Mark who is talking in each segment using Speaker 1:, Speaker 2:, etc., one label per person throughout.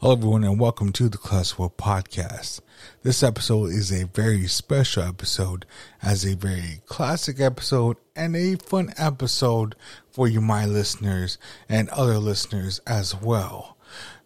Speaker 1: Hello, everyone, and welcome to the Classful Podcast. This episode is a very special episode, as a very classic episode and a fun episode for you, my listeners, and other listeners as well.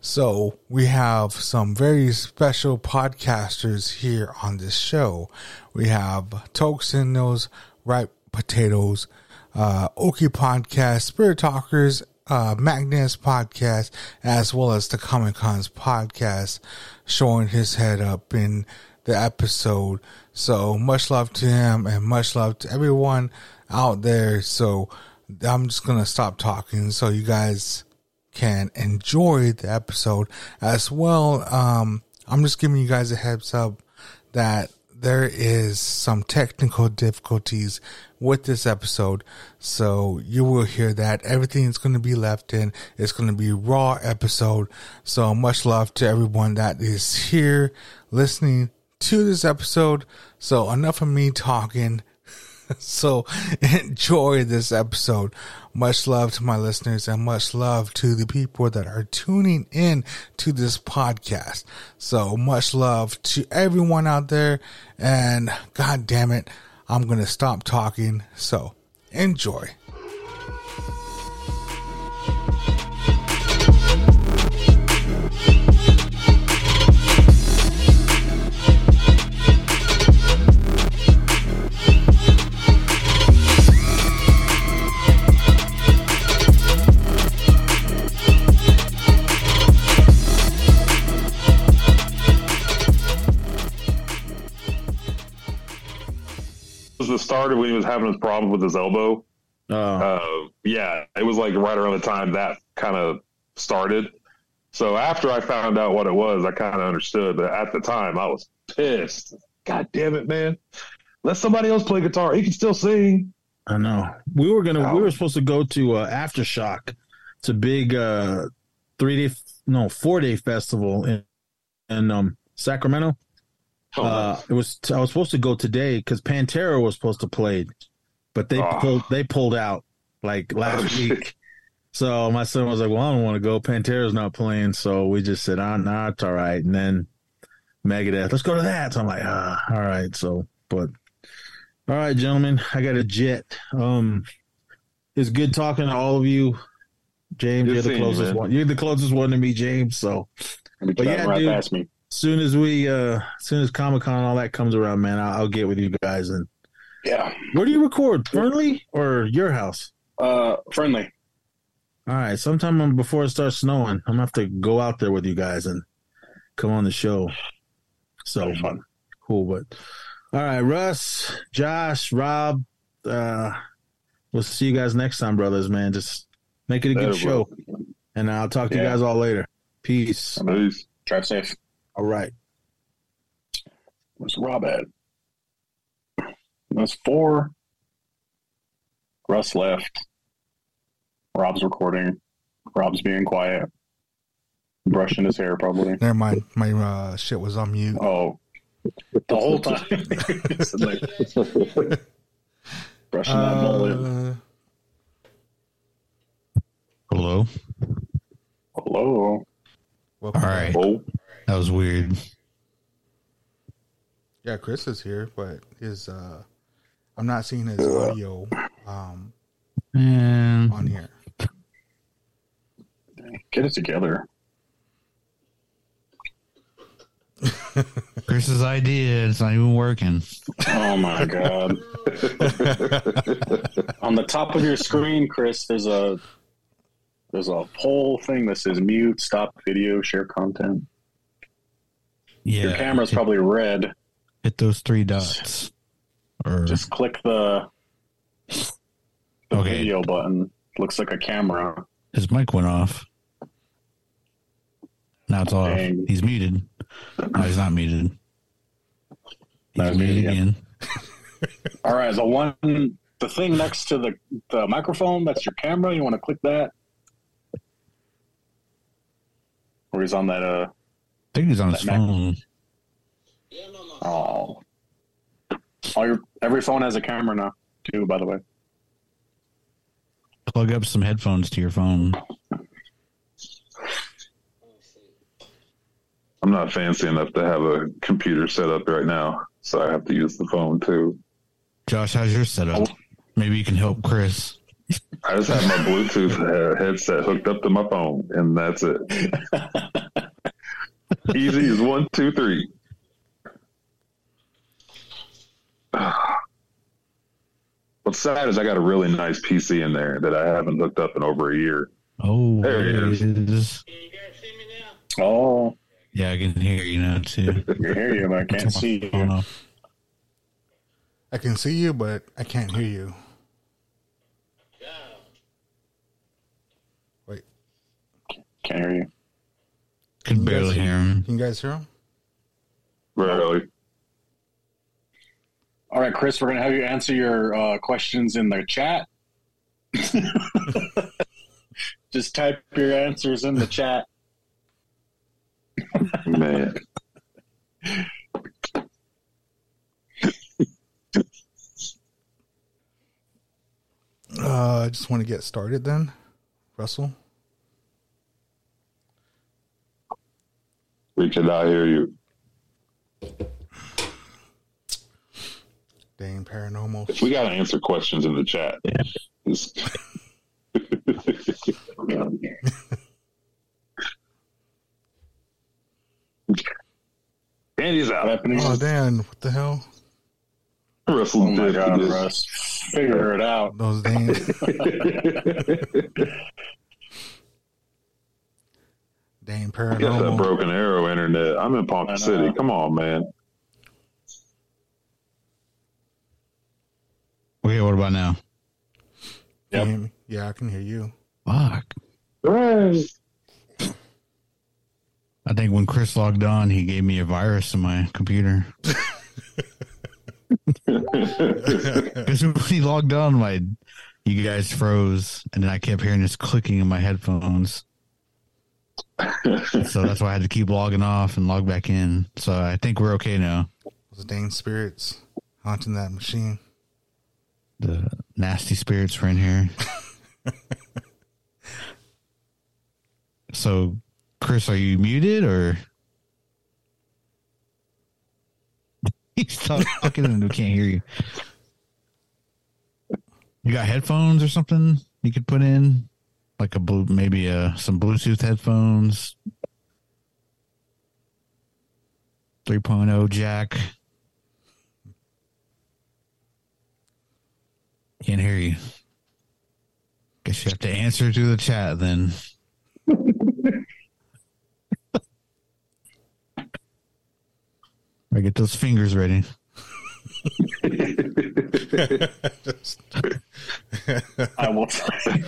Speaker 1: So, we have some very special podcasters here on this show. We have Toxinnos, Ripe Potatoes, uh, Okie Podcast, Spirit Talkers, uh, Magnus Podcast, as well as the Comic Cons Podcast, showing his head up in the episode. So much love to him and much love to everyone out there. So I'm just going to stop talking so you guys can enjoy the episode as well. Um, I'm just giving you guys a heads up that there is some technical difficulties with this episode. So you will hear that everything is going to be left in. It's going to be raw episode. So much love to everyone that is here listening to this episode. So enough of me talking. So enjoy this episode. Much love to my listeners and much love to the people that are tuning in to this podcast. So much love to everyone out there. And God damn it, I'm going to stop talking. So enjoy.
Speaker 2: was the start of when he was having his problem with his elbow.
Speaker 3: Oh,
Speaker 2: Uh, yeah, it was like right around the time that kind of started. So after I found out what it was, I kind of understood. But at the time, I was pissed. God damn it, man! Let somebody else play guitar. He can still sing.
Speaker 3: I know. We were gonna. We
Speaker 2: Ow.
Speaker 3: were supposed to go to uh, AfterShock. It's a big uh, three day, no, four day festival in in um, Sacramento.
Speaker 2: Oh,
Speaker 3: Uh, it was. I was supposed to go today because Pantera was supposed to play, but they
Speaker 2: Ah.
Speaker 3: pulled. They pulled out like last
Speaker 2: shit.
Speaker 3: week. So my son was like, "Well, I don't want to go. Pantera's not playing." So we just said, "Ah, nah, it's all right." And then Megadeth, let's go to that. So I'm like, "Ah, all right." So, but all right, gentlemen, I got a jet. Um, it's good talking to all of you. James,
Speaker 2: Good
Speaker 3: you're the
Speaker 2: seeing you,
Speaker 3: closest
Speaker 2: man.
Speaker 3: one. You're the closest one to me, James. So
Speaker 4: But
Speaker 3: But yeah,
Speaker 4: right
Speaker 3: dude.
Speaker 4: past me.
Speaker 3: soon as we, uh, soon as Comic Con, all that comes around, man, I'll, I'll get with you guys. And
Speaker 4: Yeah.
Speaker 3: where do you record? Fernley or your house?
Speaker 4: Uh, friendly.
Speaker 3: All right, sometime um, before it starts snowing, I'm gonna have to go out there with you guys and come on the show. So
Speaker 4: That'd be fun.
Speaker 3: cool, but all right, Russ, Josh, Rob, uh, we'll see you guys next time, brothers. Man, just make it a
Speaker 2: Later,
Speaker 3: good show, and I'll talk to you
Speaker 4: Yeah.
Speaker 3: guys all later. Peace.
Speaker 2: Nice.
Speaker 4: Drive safe.
Speaker 3: All right,
Speaker 4: Where's Rob at? That's four. Russ left. Rob's recording. Rob's being quiet. Brushing his hair, probably.
Speaker 1: Never mind. My uh, shit was on mute.
Speaker 4: Oh, the whole time. It's like brushing that mullet.
Speaker 1: Uh,
Speaker 5: Hello.
Speaker 4: Hello.
Speaker 1: welcome
Speaker 5: All right.
Speaker 2: Oh,
Speaker 5: That was weird.
Speaker 1: Yeah, Chris is here, but his uh I'm not seeing his audio um
Speaker 5: And
Speaker 1: on here.
Speaker 4: Get it together.
Speaker 5: Chris's idea, it's not even working.
Speaker 4: Oh my god! On the top of your screen, Chris, there's a there's a whole thing that says mute, stop video, share content.
Speaker 5: Yeah.
Speaker 4: Your camera's
Speaker 5: hit,
Speaker 4: probably red.
Speaker 5: hit those three dots. Or
Speaker 4: Just click the, the
Speaker 5: Okay.
Speaker 4: video button. Looks like a camera.
Speaker 5: his mic went off. Now it's off.
Speaker 4: Dang.
Speaker 5: He's muted. No, he's not muted. He's
Speaker 4: Not
Speaker 5: muted
Speaker 4: muted yet.
Speaker 5: again.
Speaker 4: All right, the one the thing next to the the microphone that's your camera. You want to click that. Or he's on that. Uh
Speaker 5: I think he's on his
Speaker 4: That Mac-
Speaker 5: phone.
Speaker 4: oh. All your every phone has a camera now too. By the way.
Speaker 5: Plug up some headphones to your phone.
Speaker 2: I'm not fancy enough to have a computer set up right now, so I have to use the phone too.
Speaker 5: Josh, how's your setup?
Speaker 2: Oh.
Speaker 5: Maybe you can help Chris.
Speaker 2: I just have my Bluetooth uh, headset hooked up to my phone, and that's it. Easy is one, two, three. What's sad is I got a really nice PC in there that I haven't hooked up in over a year.
Speaker 5: Oh,
Speaker 2: There he is.
Speaker 5: it is.
Speaker 4: Oh,
Speaker 5: Yeah, I can hear you now too.
Speaker 4: I can hear you, but I
Speaker 5: Turn my
Speaker 4: can't see
Speaker 5: phone
Speaker 4: you.
Speaker 5: off.
Speaker 1: I can see you, but I can't hear you. Wait,
Speaker 4: Can't hear you.
Speaker 5: Can barely hear him.
Speaker 1: can you guys hear him?
Speaker 2: Really?
Speaker 4: All right, Chris, we're going to have you answer your uh, questions in the chat. Just type your answers in the chat.
Speaker 2: Man.
Speaker 1: Uh, I just want to get started then, Russell.
Speaker 2: We cannot hear you.
Speaker 1: Dang paranormal.
Speaker 2: We got to answer questions in the chat. It's- Andy's
Speaker 4: What
Speaker 2: out.
Speaker 4: happened to
Speaker 1: Oh
Speaker 4: you?
Speaker 1: damn! What the hell?
Speaker 2: Russell
Speaker 4: Oh my
Speaker 2: did
Speaker 4: God,
Speaker 2: this.
Speaker 4: Russ. Figure it out.
Speaker 1: Those dang.
Speaker 4: Oh
Speaker 1: dang
Speaker 2: I got that
Speaker 1: paranormal.
Speaker 2: broken arrow internet. I'm in
Speaker 4: I
Speaker 2: Palm
Speaker 4: know.
Speaker 2: City. Come on, man.
Speaker 5: Okay, what about now?
Speaker 1: Can you hear me? Yeah, I can hear you.
Speaker 5: Fuck. I think when Chris logged on, he gave me a virus in my computer. Because when he logged on, my you guys froze, and then I kept hearing this clicking in my headphones. so that's why I had to keep logging off and log back in. So I think we're okay now.
Speaker 1: Those dang spirits haunting that machine.
Speaker 5: The nasty spirits were in here. so, Chris, are you muted or? He's talking and we can't hear you. You got headphones or something you could put in, like a blue, maybe uh some Bluetooth headphones, 3.0 jack. Can't hear you. Guess you have to answer through the chat then. I get those fingers ready.
Speaker 4: I will type.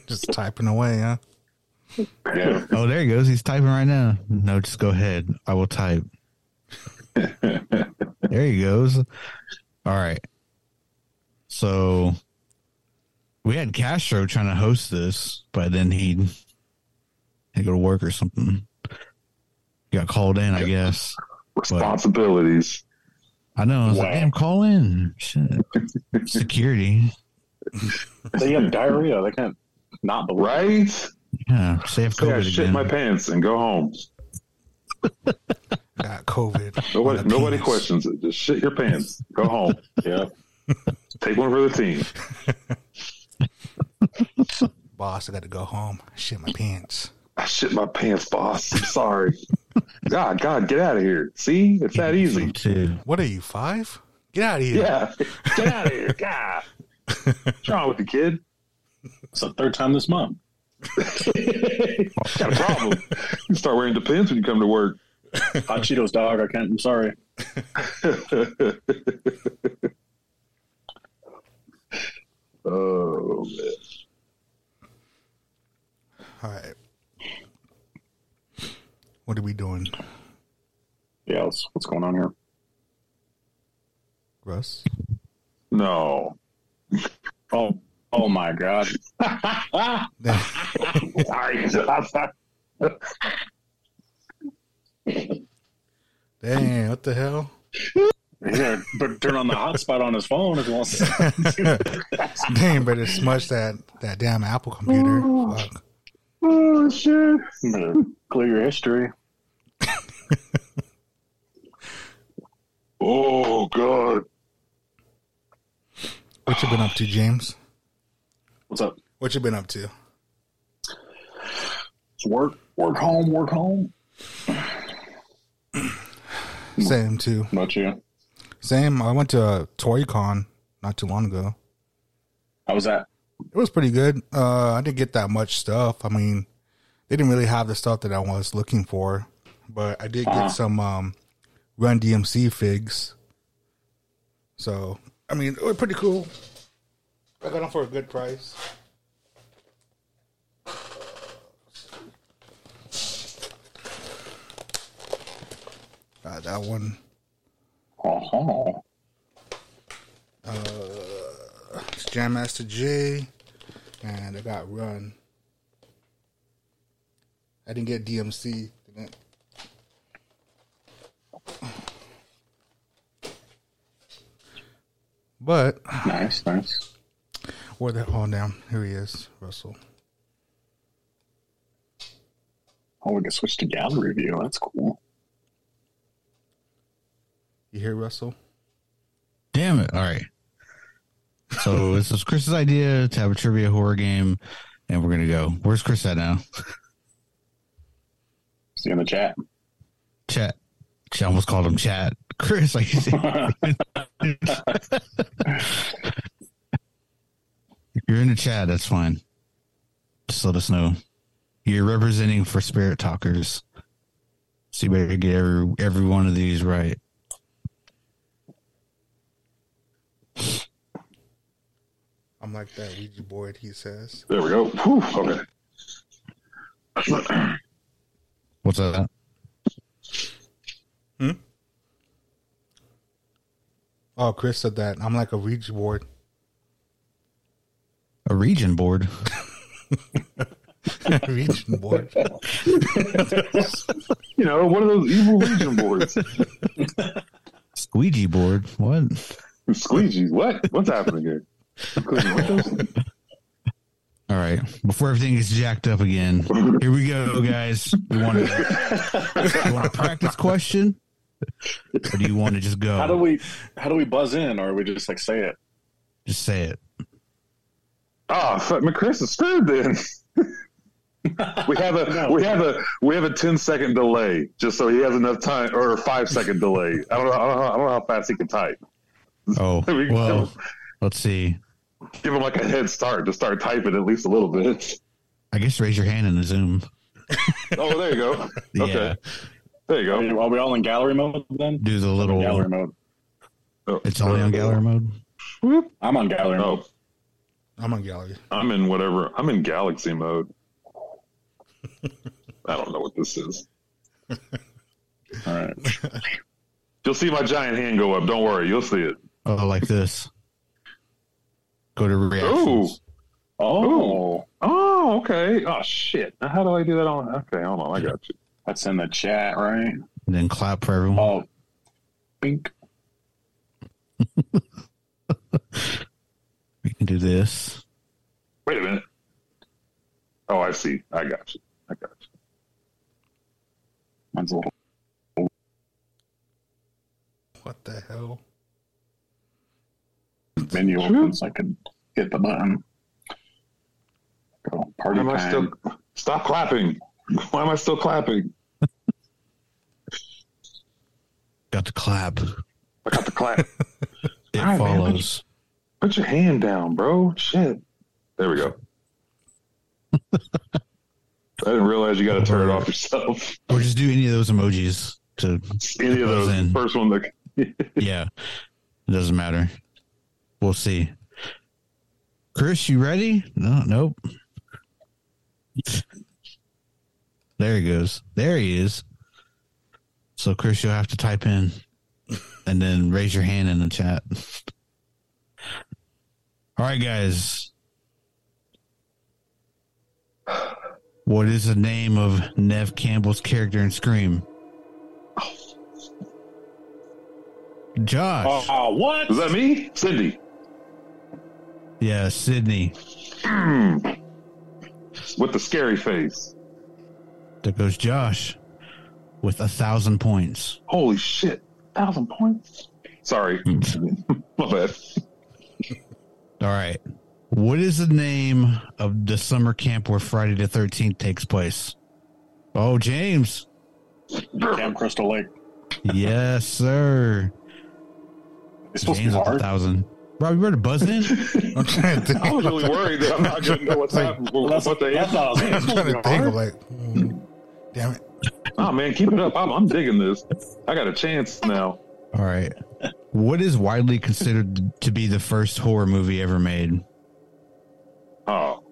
Speaker 1: Just typing away, huh?
Speaker 2: Yeah.
Speaker 5: Oh, there he goes. He's typing right now. No, just go ahead. I will type. there he goes. All right. So we had Castro trying to host this, but then he'd, he'd go to work or something. Got called in, I guess.
Speaker 2: Responsibilities.
Speaker 5: I know. I was
Speaker 4: Wow.
Speaker 5: like, damn, call in. Shit. Security.
Speaker 4: They have diarrhea. They can't not believe it.
Speaker 2: Right?
Speaker 5: Yeah. Save
Speaker 2: Yeah,
Speaker 5: COVID
Speaker 2: shit
Speaker 5: again.
Speaker 2: my pants and go home.
Speaker 1: Got COVID.
Speaker 2: Nobody,
Speaker 1: on the
Speaker 2: nobody
Speaker 1: penis.
Speaker 2: questions it. Just shit your pants. Go home.
Speaker 4: Yeah.
Speaker 2: Take one for the team.
Speaker 1: Boss, I got to go home. Shit my pants.
Speaker 2: I shit my pants, boss. I'm sorry. God, God, get out of here. See? It's that easy.
Speaker 5: Too.
Speaker 1: What are you five? Get out of here.
Speaker 2: Yeah. Get out of here. God. What's wrong with the kid?
Speaker 4: It's the third time this month.
Speaker 2: Got a problem. You start wearing the pants when you come to work.
Speaker 4: Hot Cheetos, dog. I can't. I'm sorry.
Speaker 2: oh, man.
Speaker 1: All right. What are we doing,
Speaker 4: Yeah. What's, what's going on here?
Speaker 1: Russ?
Speaker 2: No.
Speaker 4: Oh, oh my God.
Speaker 2: Sorry. That's
Speaker 1: Damn, what the hell?
Speaker 4: Yeah, but turn on the hotspot on his phone if he wants. To.
Speaker 1: Damn, better smudge that, that damn Apple computer. Fuck.
Speaker 4: Oh shit! Clear your history.
Speaker 2: Oh god.
Speaker 1: What you been up to, James?
Speaker 4: What's up?
Speaker 1: What you been up to?
Speaker 4: It's work, work home, work home.
Speaker 1: Same too.
Speaker 4: About you?
Speaker 1: Same. I went to ToyCon not too long ago.
Speaker 4: How was that?
Speaker 1: It was pretty good. Uh, I didn't get that much stuff. I mean, they didn't really have the stuff that I was looking for, but I did get
Speaker 4: Uh-huh.
Speaker 1: some um, Run DMC figs. So, I mean, it was pretty cool. I got them for a good price. Got Uh, that one.
Speaker 4: Oh,
Speaker 1: Uh, It's Jam Master J, and I got Run. I didn't get DMC. Didn't. But
Speaker 4: nice, nice.
Speaker 1: where the hold down? Here he is, Russell.
Speaker 4: Oh, we can switch to gallery view. That's cool.
Speaker 1: You hear Russell?
Speaker 5: Damn it. All right. So this is Chris's idea to have a trivia horror game, and we're going to go. Where's Chris at now?
Speaker 4: See you in the chat.
Speaker 5: Chat. I almost called him chat. Chris, like you said, you're in the chat. That's fine. Just let us know. You're representing for Spirit Talkers. So you better get every, every one of these right.
Speaker 1: I'm like that Ouija board. He says.
Speaker 2: There we go. Whew, okay.
Speaker 5: What's that?
Speaker 1: Oh, Chris said that. I'm like a Ouija board.
Speaker 5: A region board.
Speaker 1: Ouija board.
Speaker 2: You know, one of those evil region boards.
Speaker 5: Ouija board. What?
Speaker 2: Squeegees. What? What's happening here? Clicking windows?
Speaker 5: All right. Before everything gets jacked up again, here we go, guys. You want to, you want a practice question? Or do you want to just go?
Speaker 4: How do we? How do we buzz in, or we just like say it?
Speaker 5: just say it.
Speaker 2: Ah, fuck, my Chris is screwed then. we have a we have a we have a 10 second delay just so he has enough time or a five second delay. I don't know I don't know, I don't know how fast he can type.
Speaker 5: Oh,
Speaker 2: We can
Speaker 5: well,
Speaker 2: go.
Speaker 5: let's see.
Speaker 2: Give him like a head start to start typing at least a little bit.
Speaker 5: I guess raise your hand in the Zoom.
Speaker 2: Oh, there you go.
Speaker 5: Yeah.
Speaker 2: Okay, there you
Speaker 4: Are,
Speaker 2: go.
Speaker 4: you- are we all in gallery mode then?
Speaker 5: Do the little.
Speaker 4: Gallery mode.
Speaker 2: Oh,
Speaker 5: It's only on gallery mode.
Speaker 4: I'm on gallery mode.
Speaker 2: Oh,
Speaker 1: I'm on gallery.
Speaker 2: I'm in whatever. I'm in galaxy mode. I don't know what this is.
Speaker 4: All right.
Speaker 2: You'll see my giant hand go up. Don't worry, you'll see it.
Speaker 5: Oh, like this. Go to reactions.
Speaker 4: Oh,
Speaker 2: Oh, okay. Oh shit. Now How do I do that on? Okay, hold on. I got you.
Speaker 4: that's in the chat, right?
Speaker 5: And then clap for everyone.
Speaker 4: Oh, bink.
Speaker 5: We can do this.
Speaker 2: Wait a minute. Oh, I see. I got you. I got you.
Speaker 4: Mine's a little.
Speaker 1: What the hell?
Speaker 4: menu
Speaker 2: True.
Speaker 4: opens, I can hit the button. Go,
Speaker 2: Why
Speaker 4: party
Speaker 2: am I
Speaker 4: time.
Speaker 2: still? Stop clapping. Why am I still clapping?
Speaker 5: Got to clap.
Speaker 2: I got the clap.
Speaker 5: It
Speaker 2: All right, man.
Speaker 5: follows.
Speaker 2: Put your hand down, bro. Shit. There we go. I didn't realize you got to turn it off yourself.
Speaker 5: Or just do any of those emojis to
Speaker 2: Any of those
Speaker 5: Listen.
Speaker 2: first one that
Speaker 5: yeah. It doesn't matter. We'll see. Chris, you ready? No, nope. there he goes. There he is. So Chris, you'll have to type in and then raise your hand in the chat. All right, guys. What is the name of Nev Campbell's character in Scream? Josh.
Speaker 4: Ah, what?
Speaker 2: is that me, Cindy.
Speaker 5: Yeah, Sydney.
Speaker 2: Hmm. with the scary face.
Speaker 5: There goes Josh with a thousand points.
Speaker 2: Holy shit. Thousand points. Sorry. My bad.
Speaker 5: All right. What is the name of the summer camp where Friday the 13th takes place? Oh, James.
Speaker 4: Camp Crystal Lake.
Speaker 5: Yes, sir.
Speaker 4: It's supposed
Speaker 5: James
Speaker 4: to
Speaker 5: with
Speaker 4: be
Speaker 5: a
Speaker 4: hard.
Speaker 5: thousand. Rob, you ready to buzz in?
Speaker 1: I'm trying to think.
Speaker 2: I was really worried that I'm not going to know what's happening.
Speaker 4: Well, that's,
Speaker 2: What the
Speaker 4: that's what I was like.
Speaker 1: I'm
Speaker 4: It's supposed
Speaker 1: trying to
Speaker 4: to be
Speaker 1: think.
Speaker 4: hard.
Speaker 1: I'm like, mm, damn it.
Speaker 2: Oh man, keep it up. I'm, I'm digging this. I got a chance now.
Speaker 5: All right. What is widely considered to be the first horror movie ever made?
Speaker 2: Oh,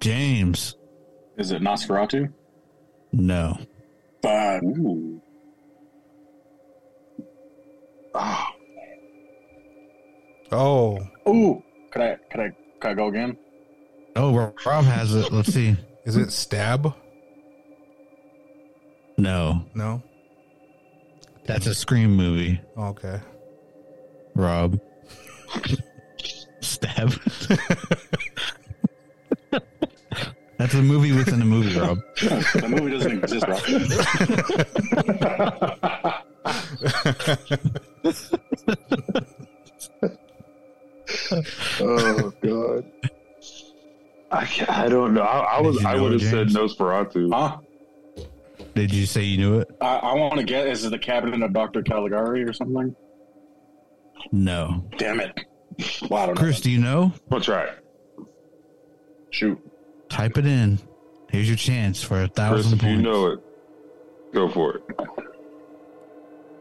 Speaker 5: James.
Speaker 4: Is it Nosferatu?
Speaker 5: No.
Speaker 4: But, ooh,
Speaker 2: oh
Speaker 1: Oh,
Speaker 4: ooh, could I, could I, could I go again?
Speaker 5: Oh, Rob has it. Let's see.
Speaker 1: is it stab?
Speaker 5: No.
Speaker 1: No.
Speaker 5: That's a Scream movie,
Speaker 1: Okay.
Speaker 5: Rob. Stab. That's a movie within a movie, Rob.
Speaker 4: the movie doesn't exist, bro.
Speaker 2: god. I, ca- I don't know. I, I
Speaker 5: Did
Speaker 2: was
Speaker 5: you
Speaker 2: I
Speaker 5: know
Speaker 2: would have
Speaker 5: it,
Speaker 2: said
Speaker 5: James?
Speaker 2: Nosferatu.
Speaker 4: Huh?
Speaker 5: Did you say you knew it?
Speaker 4: I, I want to get, is it the cabinet of Dr. Caligari or something?
Speaker 5: No.
Speaker 4: Damn it. Well, I don't know.
Speaker 5: Chris, do you know?
Speaker 2: I'll try it.
Speaker 4: Shoot.
Speaker 5: Type it in. Here's your chance for a
Speaker 2: Chris,
Speaker 5: thousand
Speaker 2: if you
Speaker 5: points.
Speaker 2: know it, go for it.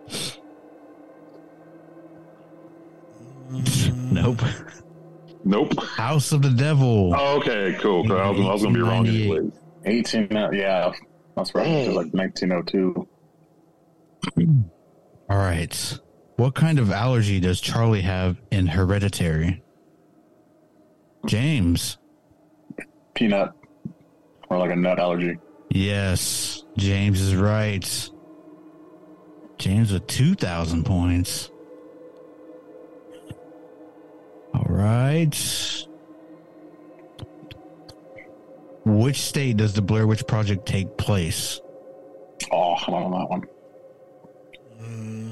Speaker 5: Nope.
Speaker 2: Nope.
Speaker 5: House of the Devil.
Speaker 2: Oh, okay, cool. 'cause I was, I was gonna be wrong anyway.
Speaker 4: 18, uh, yeah. That's right. It was like 1902.
Speaker 5: All right. What kind of allergy does Charlie have in Hereditary? James.
Speaker 4: Peanut. Or like a nut allergy.
Speaker 5: Yes, James is right. James with 2,000 points. All right. Which state does the Blair Witch Project take place?
Speaker 4: Oh, I don't know that one.
Speaker 1: Mm,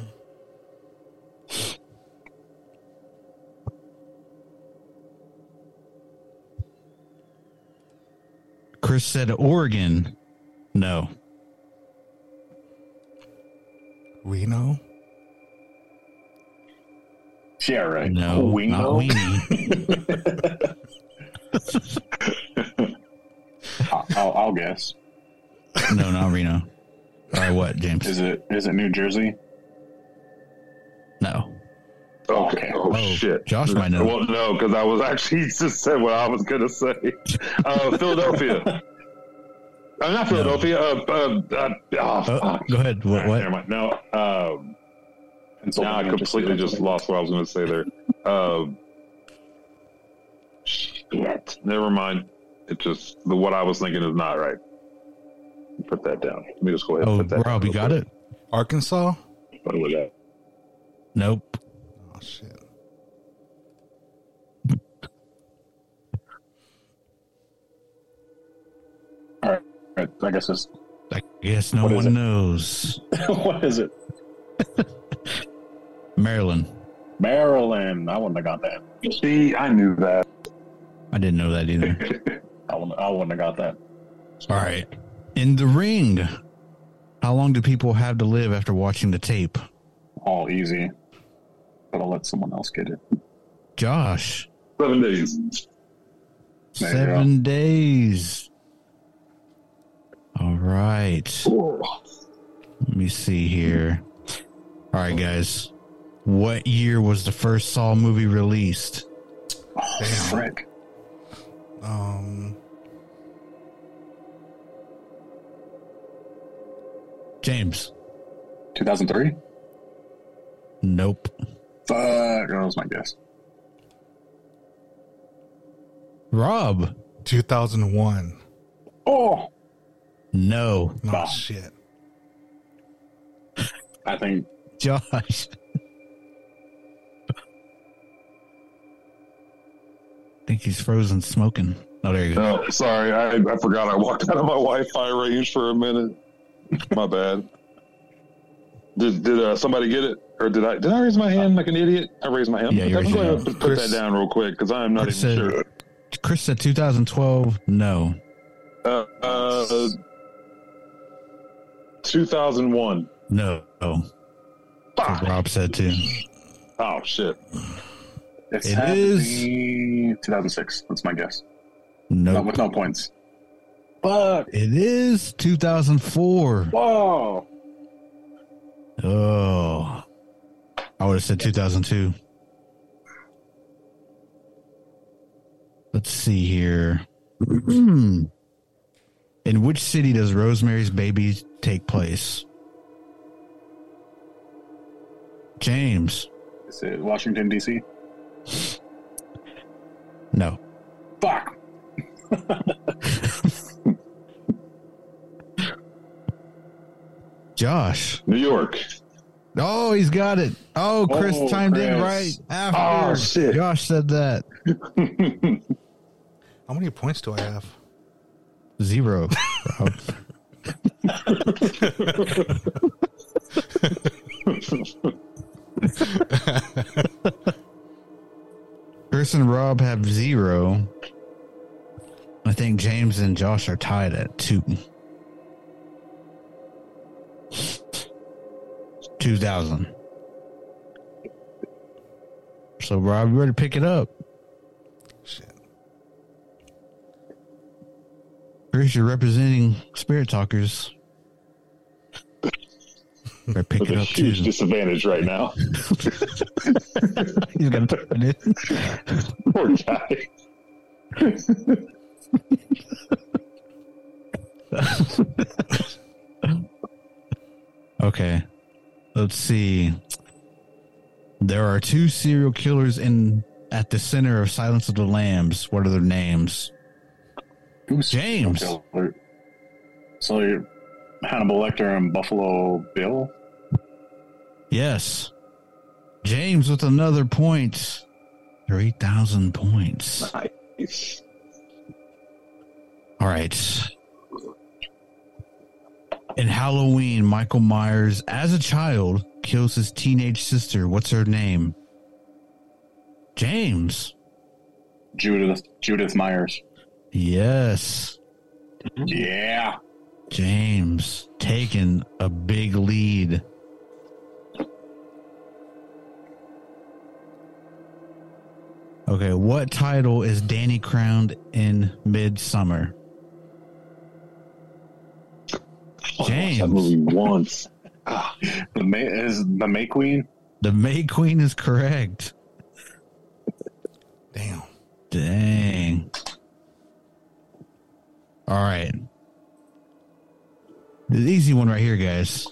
Speaker 5: Chris said Oregon. No.
Speaker 1: Reno?
Speaker 4: Yeah, right.
Speaker 5: No. Not
Speaker 4: Wingo.
Speaker 5: Weenie.
Speaker 4: I- I'll, I'll guess.
Speaker 5: no, not Reno. All right, what, James?
Speaker 4: Is it is it New Jersey?
Speaker 5: No.
Speaker 2: Okay. Oh,
Speaker 5: Oh,
Speaker 2: shit.
Speaker 5: Josh might know.
Speaker 2: Well, no, because I was actually just said what I was gonna say. Uh, Philadelphia. Uh, not Philadelphia. Uh, uh, uh, oh,
Speaker 5: Oh,
Speaker 2: fuck.
Speaker 5: go ahead. What?
Speaker 2: All right, never mind.
Speaker 5: what?
Speaker 2: No, um, Nah, I
Speaker 4: Pennsylvania,
Speaker 2: completely just
Speaker 4: Pennsylvania.
Speaker 2: lost what I was going to say there. Um, shit. Never mind. It just the what I was thinking is not right. Put that down. Let me just go ahead.
Speaker 5: Oh,
Speaker 2: and put that.
Speaker 5: Rob, you got it?
Speaker 1: Arkansas?
Speaker 2: it.
Speaker 5: Nope.
Speaker 1: Oh, shit.
Speaker 4: Right, I guess it's
Speaker 5: I guess no
Speaker 4: What is
Speaker 5: one
Speaker 4: it?
Speaker 5: knows.
Speaker 4: what is it?
Speaker 5: Maryland.
Speaker 4: Maryland. I wouldn't have got that.
Speaker 2: See, I knew that.
Speaker 5: I didn't know that either.
Speaker 4: I wouldn't, I wouldn't have got that.
Speaker 5: All right. In the ring, how long do people have to live after watching the tape?
Speaker 4: All easy. But I'll let someone else get it.
Speaker 5: Josh,
Speaker 2: Seven days.
Speaker 4: There you
Speaker 5: seven days. All right. Let me see here. All right, guys. What year was the first Saw movie released?
Speaker 4: Oh,
Speaker 1: Damn.
Speaker 4: frick.
Speaker 1: Um,
Speaker 5: James.
Speaker 4: 2003?
Speaker 5: Nope.
Speaker 4: Fuck. That was my guess.
Speaker 5: Rob.
Speaker 1: 2001.
Speaker 4: Oh,
Speaker 5: No.
Speaker 1: No
Speaker 4: Bah.
Speaker 1: Oh, shit.
Speaker 4: I think
Speaker 5: Josh. think he's frozen smoking. Oh, there you go.
Speaker 2: No, sorry, I, I forgot I walked out of my Wi-Fi range for a minute. My bad. Did did uh, somebody get it, or did I did I raise my hand like an idiot? I raised my hand.
Speaker 5: Yeah, you
Speaker 2: I'm
Speaker 5: raised your
Speaker 2: gonna put
Speaker 5: hand.
Speaker 1: Chris-
Speaker 2: that down real quick because I'm not
Speaker 5: Chris uh,
Speaker 2: even
Speaker 5: said-
Speaker 2: sure.
Speaker 5: Chris said 2012. No.
Speaker 2: Uh, uh, 2001.
Speaker 5: No. Oh,
Speaker 2: Fuck.
Speaker 5: Rob said too.
Speaker 2: Oh shit.
Speaker 4: It's
Speaker 5: It
Speaker 4: had to
Speaker 5: is-
Speaker 4: be 2006. That's my guess. No,
Speaker 5: No.
Speaker 4: with no points. Fuck.
Speaker 5: It is 2004.
Speaker 4: Whoa.
Speaker 5: Oh. I would have said 2002. Let's see here. Hmm. In which city does Rosemary's Baby take place? James.
Speaker 4: Is it Washington, D.C.?
Speaker 5: No.
Speaker 4: Fuck.
Speaker 5: Josh.
Speaker 2: New York.
Speaker 5: Oh, he's got it. Oh, Chris
Speaker 4: Oh,
Speaker 5: chimed in
Speaker 4: Chris.
Speaker 5: right after
Speaker 2: Oh, shit.
Speaker 5: Josh said that.
Speaker 1: How many points do I have?
Speaker 5: Zero. Rob. Chris and Rob have zero. I think James and Josh are tied at two. 2000. So, Rob, you ready to pick it up?
Speaker 1: Shit.
Speaker 5: Chris, you're representing Spirit Talkers. Better pick
Speaker 2: With
Speaker 5: it
Speaker 2: a
Speaker 5: up
Speaker 2: huge
Speaker 5: too.
Speaker 2: disadvantage right now.
Speaker 5: He's gonna turn it in.
Speaker 2: Poor guy.
Speaker 5: Okay. Let's see. There are two serial killers in at the center of Silence of the Lambs. What are their names?
Speaker 4: Who's
Speaker 5: James.
Speaker 4: So you're Hannibal Lecter and Buffalo Bill?
Speaker 5: Yes. James with another point. 3,000 points.
Speaker 2: Nice.
Speaker 5: All right. In Halloween, Michael Myers, as a child, kills his teenage sister. What's her name? James.
Speaker 4: Judith Judith Myers.
Speaker 5: Yes. Hmm.
Speaker 4: Yeah.
Speaker 5: James taking a big lead. Okay, what title is Danny crowned in Midsummer?
Speaker 2: Oh,
Speaker 5: James.
Speaker 2: I watched that movie once.
Speaker 4: The May is the May Queen.
Speaker 5: The May Queen is correct.
Speaker 1: Damn.
Speaker 5: Dang. All right. The easy one right here, guys.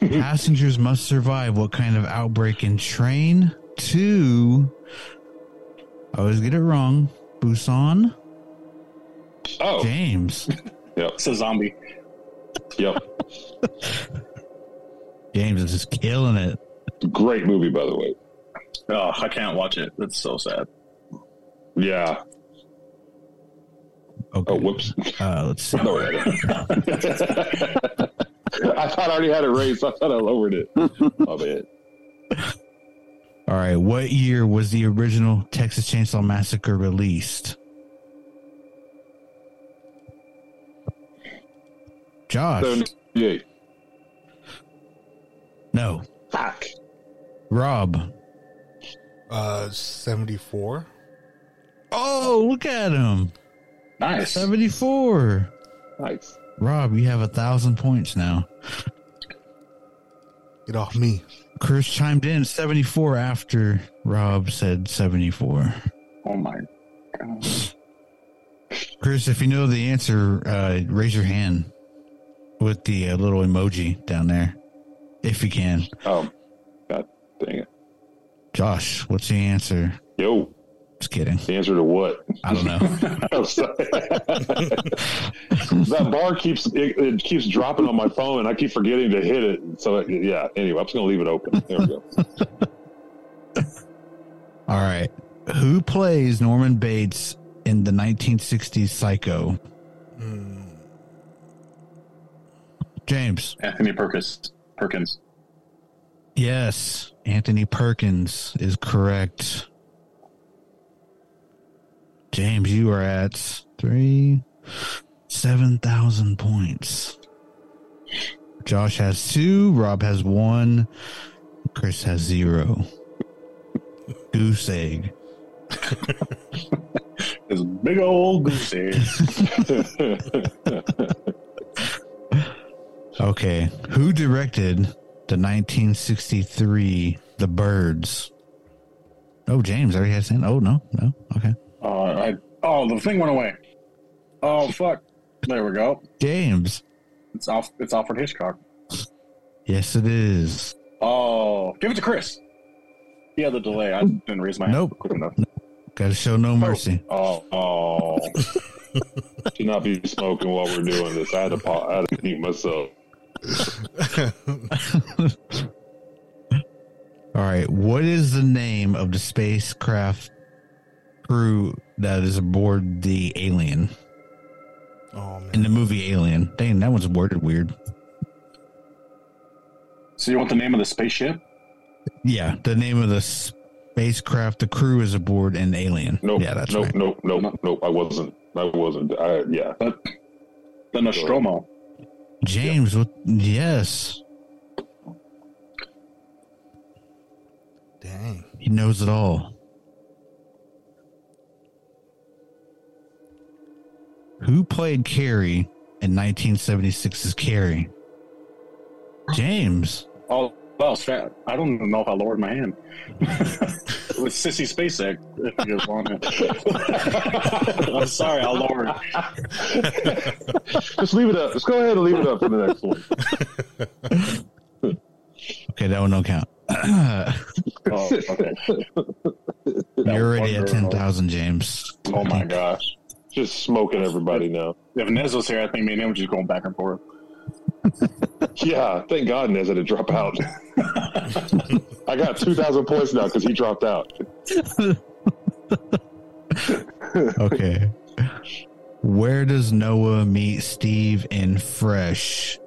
Speaker 5: Passengers must survive what kind of outbreak in train to. I always get it wrong. Busan?
Speaker 2: Oh,
Speaker 5: James.
Speaker 2: yep,
Speaker 4: It's a zombie.
Speaker 2: yep.
Speaker 5: James is just killing it.
Speaker 2: Great movie, by the way.
Speaker 4: Oh, I can't watch it. That's so sad.
Speaker 2: Yeah.
Speaker 5: Okay.
Speaker 2: Oh, whoops.
Speaker 5: Uh, let's see.
Speaker 2: No, I don't. I thought I already had it raised. I thought I lowered it. Oh, My bad.
Speaker 5: All right. What year was the original Texas Chainsaw Massacre released? Josh.
Speaker 2: Seventy-eight.
Speaker 5: No.
Speaker 2: Fuck.
Speaker 5: Rob.
Speaker 1: Uh, 74?
Speaker 5: Oh, look at him.
Speaker 4: Nice.
Speaker 5: 74.
Speaker 2: Nice.
Speaker 5: Rob, you have a thousand points now.
Speaker 1: Get off me.
Speaker 5: Chris chimed in 74 after Rob said 74.
Speaker 4: Oh my god.
Speaker 5: Chris, if you know the answer, uh, raise your hand with the uh, little emoji down there, if you can.
Speaker 2: Um, God dang it.
Speaker 5: Josh, what's the answer?
Speaker 2: Yo,
Speaker 5: Just kidding.
Speaker 2: the answer to what?
Speaker 5: I don't know.
Speaker 2: I'm sorry. that bar keeps it, it keeps dropping on my phone, and I keep forgetting to hit it. So yeah. Anyway, I'm just gonna leave it open. There we go.
Speaker 5: All right. Who plays Norman Bates in the 1960s Psycho? James.
Speaker 4: Anthony Perkins. Perkins.
Speaker 5: Yes, Anthony Perkins is correct. James, you are at three, 7,000 points. Josh has two, Rob has one, Chris has zero. Goose egg.
Speaker 4: This big old goose egg.
Speaker 5: Okay. Who directed the 1963 The Birds? Oh, James already has in. Oh, no, no. Okay.
Speaker 4: Oh, I, oh, the thing went away. Oh fuck! There we go.
Speaker 5: James.
Speaker 4: It's Alf, It's Alfred Hitchcock.
Speaker 5: Yes, it is.
Speaker 4: Oh, give it to Chris. Yeah, the delay. I didn't raise my hand
Speaker 5: Nope.
Speaker 4: quick enough.
Speaker 5: Got to show no mercy.
Speaker 4: Oh, oh.
Speaker 2: Should not be smoking while we're doing this. I had to pause. I had to mute myself.
Speaker 1: Oh,
Speaker 5: All right. What is the name of the spacecraft crew that is aboard the alien
Speaker 1: Oh
Speaker 5: in
Speaker 1: man.
Speaker 5: the movie Alien? Dang, that one's worded weird.
Speaker 4: So you want the name of the spaceship?
Speaker 5: Yeah, the name of the spacecraft the crew is aboard in Alien.
Speaker 2: Nope.
Speaker 5: yeah, that's
Speaker 2: nope,
Speaker 5: right.
Speaker 2: nope, nope, nope. I wasn't. I wasn't. I, yeah.
Speaker 4: The Nostromo.
Speaker 5: James, what? Yes,
Speaker 1: Dang.
Speaker 5: he knows it all. Who played Carrie in 1976's Carrie? James.
Speaker 4: Oh, well, stra- I don't even know if I lowered my hand. it was Sissy Spacek, if you guys want it. I'm sorry, I lowered.
Speaker 2: Just leave it up. Just go ahead and leave it up for the next one.
Speaker 5: Okay, that one don't count.
Speaker 4: Oh, okay.
Speaker 5: You're already at
Speaker 4: wonder-
Speaker 5: ten thousand, James.
Speaker 4: Oh my gosh.
Speaker 2: Just smoking everybody now.
Speaker 4: If Nez was here, I think me and him were just going back and forth.
Speaker 2: Yeah. Thank God Nez had to drop out. I got 2,000 points now because he dropped out.
Speaker 5: Okay. Where does Noah meet Steve in Fresh?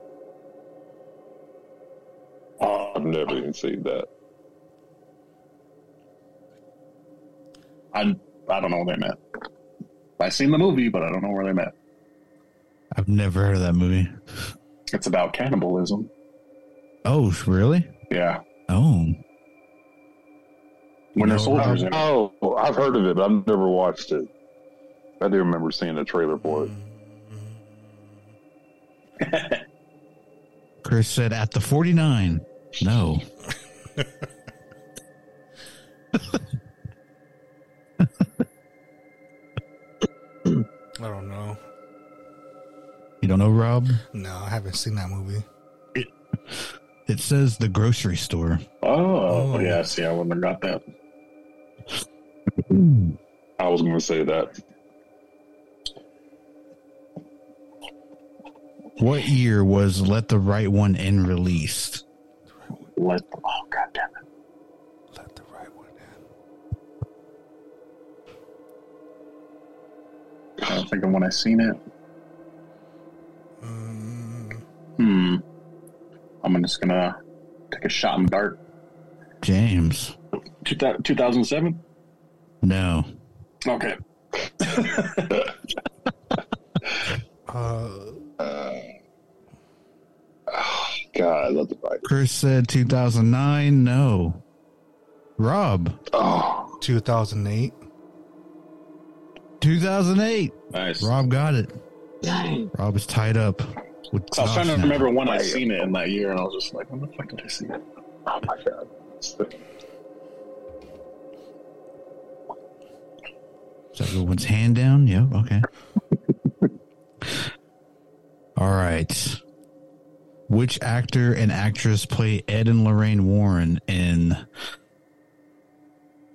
Speaker 4: Oh,
Speaker 2: I've never even seen that.
Speaker 4: I, I don't know where they met. I seen the movie, but I don't know where they met.
Speaker 5: I've never heard of that movie.
Speaker 4: It's about cannibalism.
Speaker 5: Oh, really?
Speaker 4: Yeah.
Speaker 5: Oh,
Speaker 4: When they're
Speaker 5: No,
Speaker 4: soldiers in it.
Speaker 2: Oh, I've heard of it, but I've never watched it. I do remember seeing a trailer for it.
Speaker 5: Chris said at the 49. No.
Speaker 1: I don't know.
Speaker 5: You don't know, Rob?
Speaker 1: No, I haven't seen that movie.
Speaker 5: It says the grocery store.
Speaker 4: Oh,
Speaker 1: Oh.
Speaker 4: yeah. See, I wouldn't have got that.
Speaker 2: I was going to say that.
Speaker 5: What year was Let the Right One In released?
Speaker 4: Let, oh, God damn it.
Speaker 1: Let the right one in.
Speaker 4: I don't think of when I seen it.
Speaker 1: Mm,
Speaker 4: Hmm. I'm just gonna take a shot and dart.
Speaker 5: James.
Speaker 4: 2000- 2007?
Speaker 5: No.
Speaker 4: Okay.
Speaker 1: Uh,
Speaker 2: God, I love the bike.
Speaker 5: Chris said 2009. No. Rob,
Speaker 2: Oh,
Speaker 1: 2008.
Speaker 5: 2008.
Speaker 4: Nice.
Speaker 5: Rob got it. Rob is tied up with
Speaker 4: So I was
Speaker 5: Josh
Speaker 4: trying to
Speaker 5: now.
Speaker 4: remember when I seen it in that year, and I was just like, when the fuck did I see that?
Speaker 2: oh my God.
Speaker 5: Is that everyone's hand down? Yep. Okay. All right. Which actor and actress play Ed and Lorraine Warren in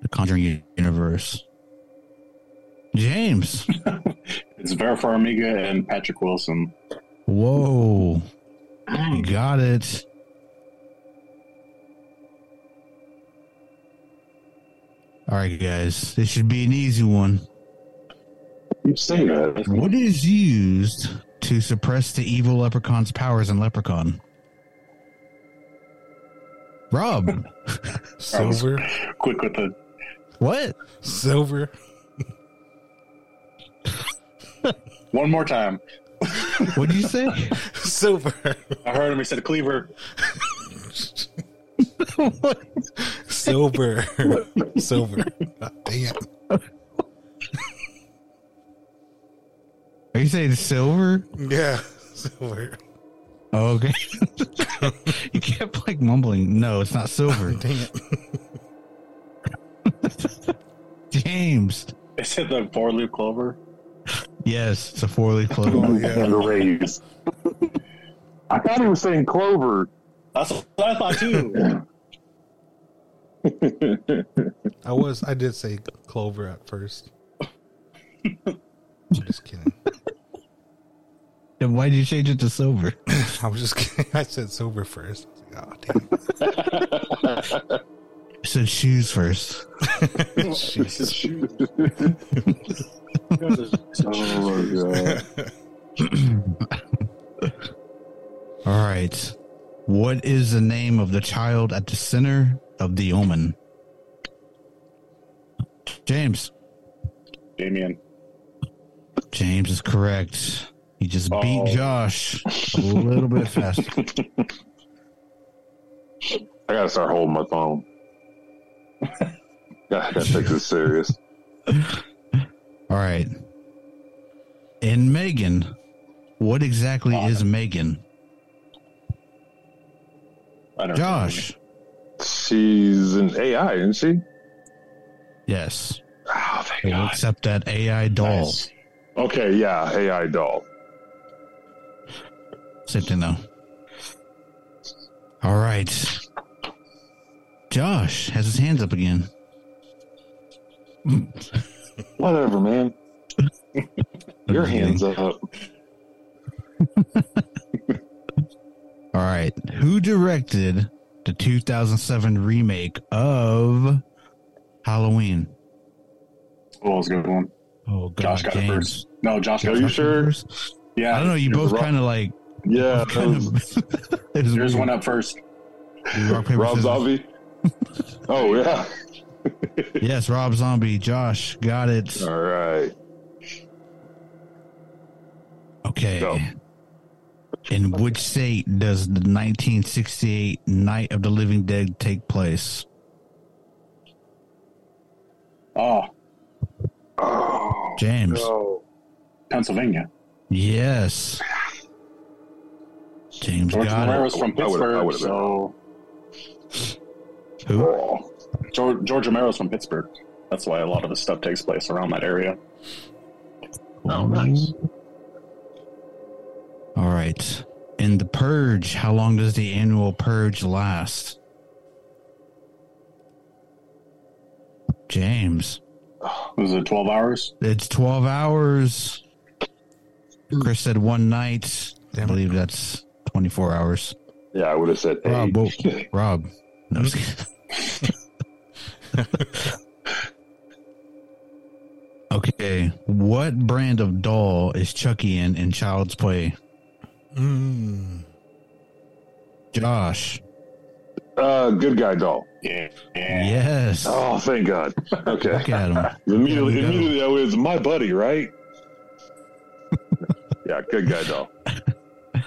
Speaker 5: the Conjuring u- universe? James.
Speaker 4: It's Vera Farmiga and Patrick Wilson.
Speaker 5: Whoa. You got it. All right, guys. This should be an easy one.
Speaker 2: You say that.
Speaker 5: What is used to suppress the evil leprechaun's powers in Leprechaun? Rob,
Speaker 1: Silver,
Speaker 4: Quick with the
Speaker 5: what?
Speaker 1: silver.
Speaker 4: one more time.
Speaker 5: What did you say?
Speaker 1: Silver.
Speaker 4: I heard him. He said cleaver.
Speaker 1: Silver. silver. Damn.
Speaker 5: Are you saying silver?
Speaker 1: Yeah. Silver.
Speaker 5: Oh, okay. you kept like mumbling. No, it's not silver.
Speaker 1: Dang it.
Speaker 5: James.
Speaker 4: They said the four leaf clover.
Speaker 5: Yes, it's a four leaf clover.
Speaker 2: And raised. I thought he was saying clover.
Speaker 4: That's what I thought too.
Speaker 2: Oh,
Speaker 1: I was. I did say clover at first. I'm just kidding.
Speaker 5: then why did you change it to silver?
Speaker 1: I was just kidding. I said silver first. I was like, oh, damn.
Speaker 5: I said shoes first.
Speaker 2: Oh my god.
Speaker 5: All right. What is the name of the child at the center of the omen? James.
Speaker 4: Damien.
Speaker 5: James is correct. He just beat
Speaker 4: Oh.
Speaker 5: Josh a little bit faster.
Speaker 2: I gotta start holding my phone. God, I gotta take this serious.
Speaker 5: All right. In Megan, what exactly is Megan?
Speaker 4: I don't
Speaker 5: Josh.
Speaker 2: She's an AI, isn't she?
Speaker 5: Yes.
Speaker 2: Oh, thank
Speaker 5: We'll
Speaker 2: God.
Speaker 5: accept that AI doll.
Speaker 4: Nice.
Speaker 2: Okay, yeah, AI doll.
Speaker 5: Same thing though. All right. Josh has his hands up again.
Speaker 2: Whatever, man. Your
Speaker 5: Okay.
Speaker 2: hands up.
Speaker 5: All right. Who directed the 2007 remake of Halloween?
Speaker 4: Oh, that was a good one.
Speaker 5: Oh, God.
Speaker 4: Josh got it
Speaker 5: James.
Speaker 4: first. No, Josh
Speaker 2: Are
Speaker 4: got
Speaker 2: you
Speaker 4: it
Speaker 5: Josh
Speaker 4: first.
Speaker 5: got it
Speaker 2: sure?
Speaker 5: first?
Speaker 4: Yeah.
Speaker 5: I don't know. You both
Speaker 2: Rob- uh,
Speaker 5: kind of like.
Speaker 2: Yeah, that
Speaker 5: Kind
Speaker 2: was
Speaker 5: of, it was
Speaker 4: Yours
Speaker 5: weird.
Speaker 4: went up first.
Speaker 5: Rock, paper,
Speaker 2: Rob
Speaker 5: scissors.
Speaker 2: Zombie. Oh yeah.
Speaker 5: Yes, Rob Zombie. Josh got it.
Speaker 2: All right.
Speaker 5: Okay.
Speaker 2: Go.
Speaker 5: In which state does the 1968 Night of the Living Dead take place?
Speaker 4: Oh,
Speaker 2: Oh
Speaker 5: James.
Speaker 2: no.
Speaker 4: Pennsylvania.
Speaker 5: Yes. James
Speaker 4: George
Speaker 5: got it.
Speaker 4: Romero's from
Speaker 2: I would've-
Speaker 4: Pittsburgh.
Speaker 2: I would've been.
Speaker 4: so
Speaker 5: Who?
Speaker 2: Oh.
Speaker 4: George, George Romero's from Pittsburgh. That's why a lot of his stuff takes place around that area.
Speaker 2: Oh, nice.
Speaker 5: All right. In the purge, how long does the annual purge last? James,
Speaker 4: Was it 12 hours?
Speaker 5: it's 12 hours.
Speaker 2: Hmm.
Speaker 5: Chris said one night. I
Speaker 1: Damn it.
Speaker 5: believe that's 24 hours.
Speaker 2: Yeah, I would have said
Speaker 5: Rob, whoa,
Speaker 2: eight.
Speaker 5: Rob. No, I'm just kidding.
Speaker 1: Hmm.
Speaker 5: okay. What brand of doll is Chucky in in Child's Play?
Speaker 1: Mm.
Speaker 5: Josh.
Speaker 2: Uh, good guy doll.
Speaker 4: Yeah.
Speaker 5: Yes.
Speaker 2: Oh, thank God. Okay.
Speaker 5: Look at him.
Speaker 2: Immediately,
Speaker 5: Yeah, we know.
Speaker 2: immediately, I was my buddy, right? yeah, good guy doll.
Speaker 5: All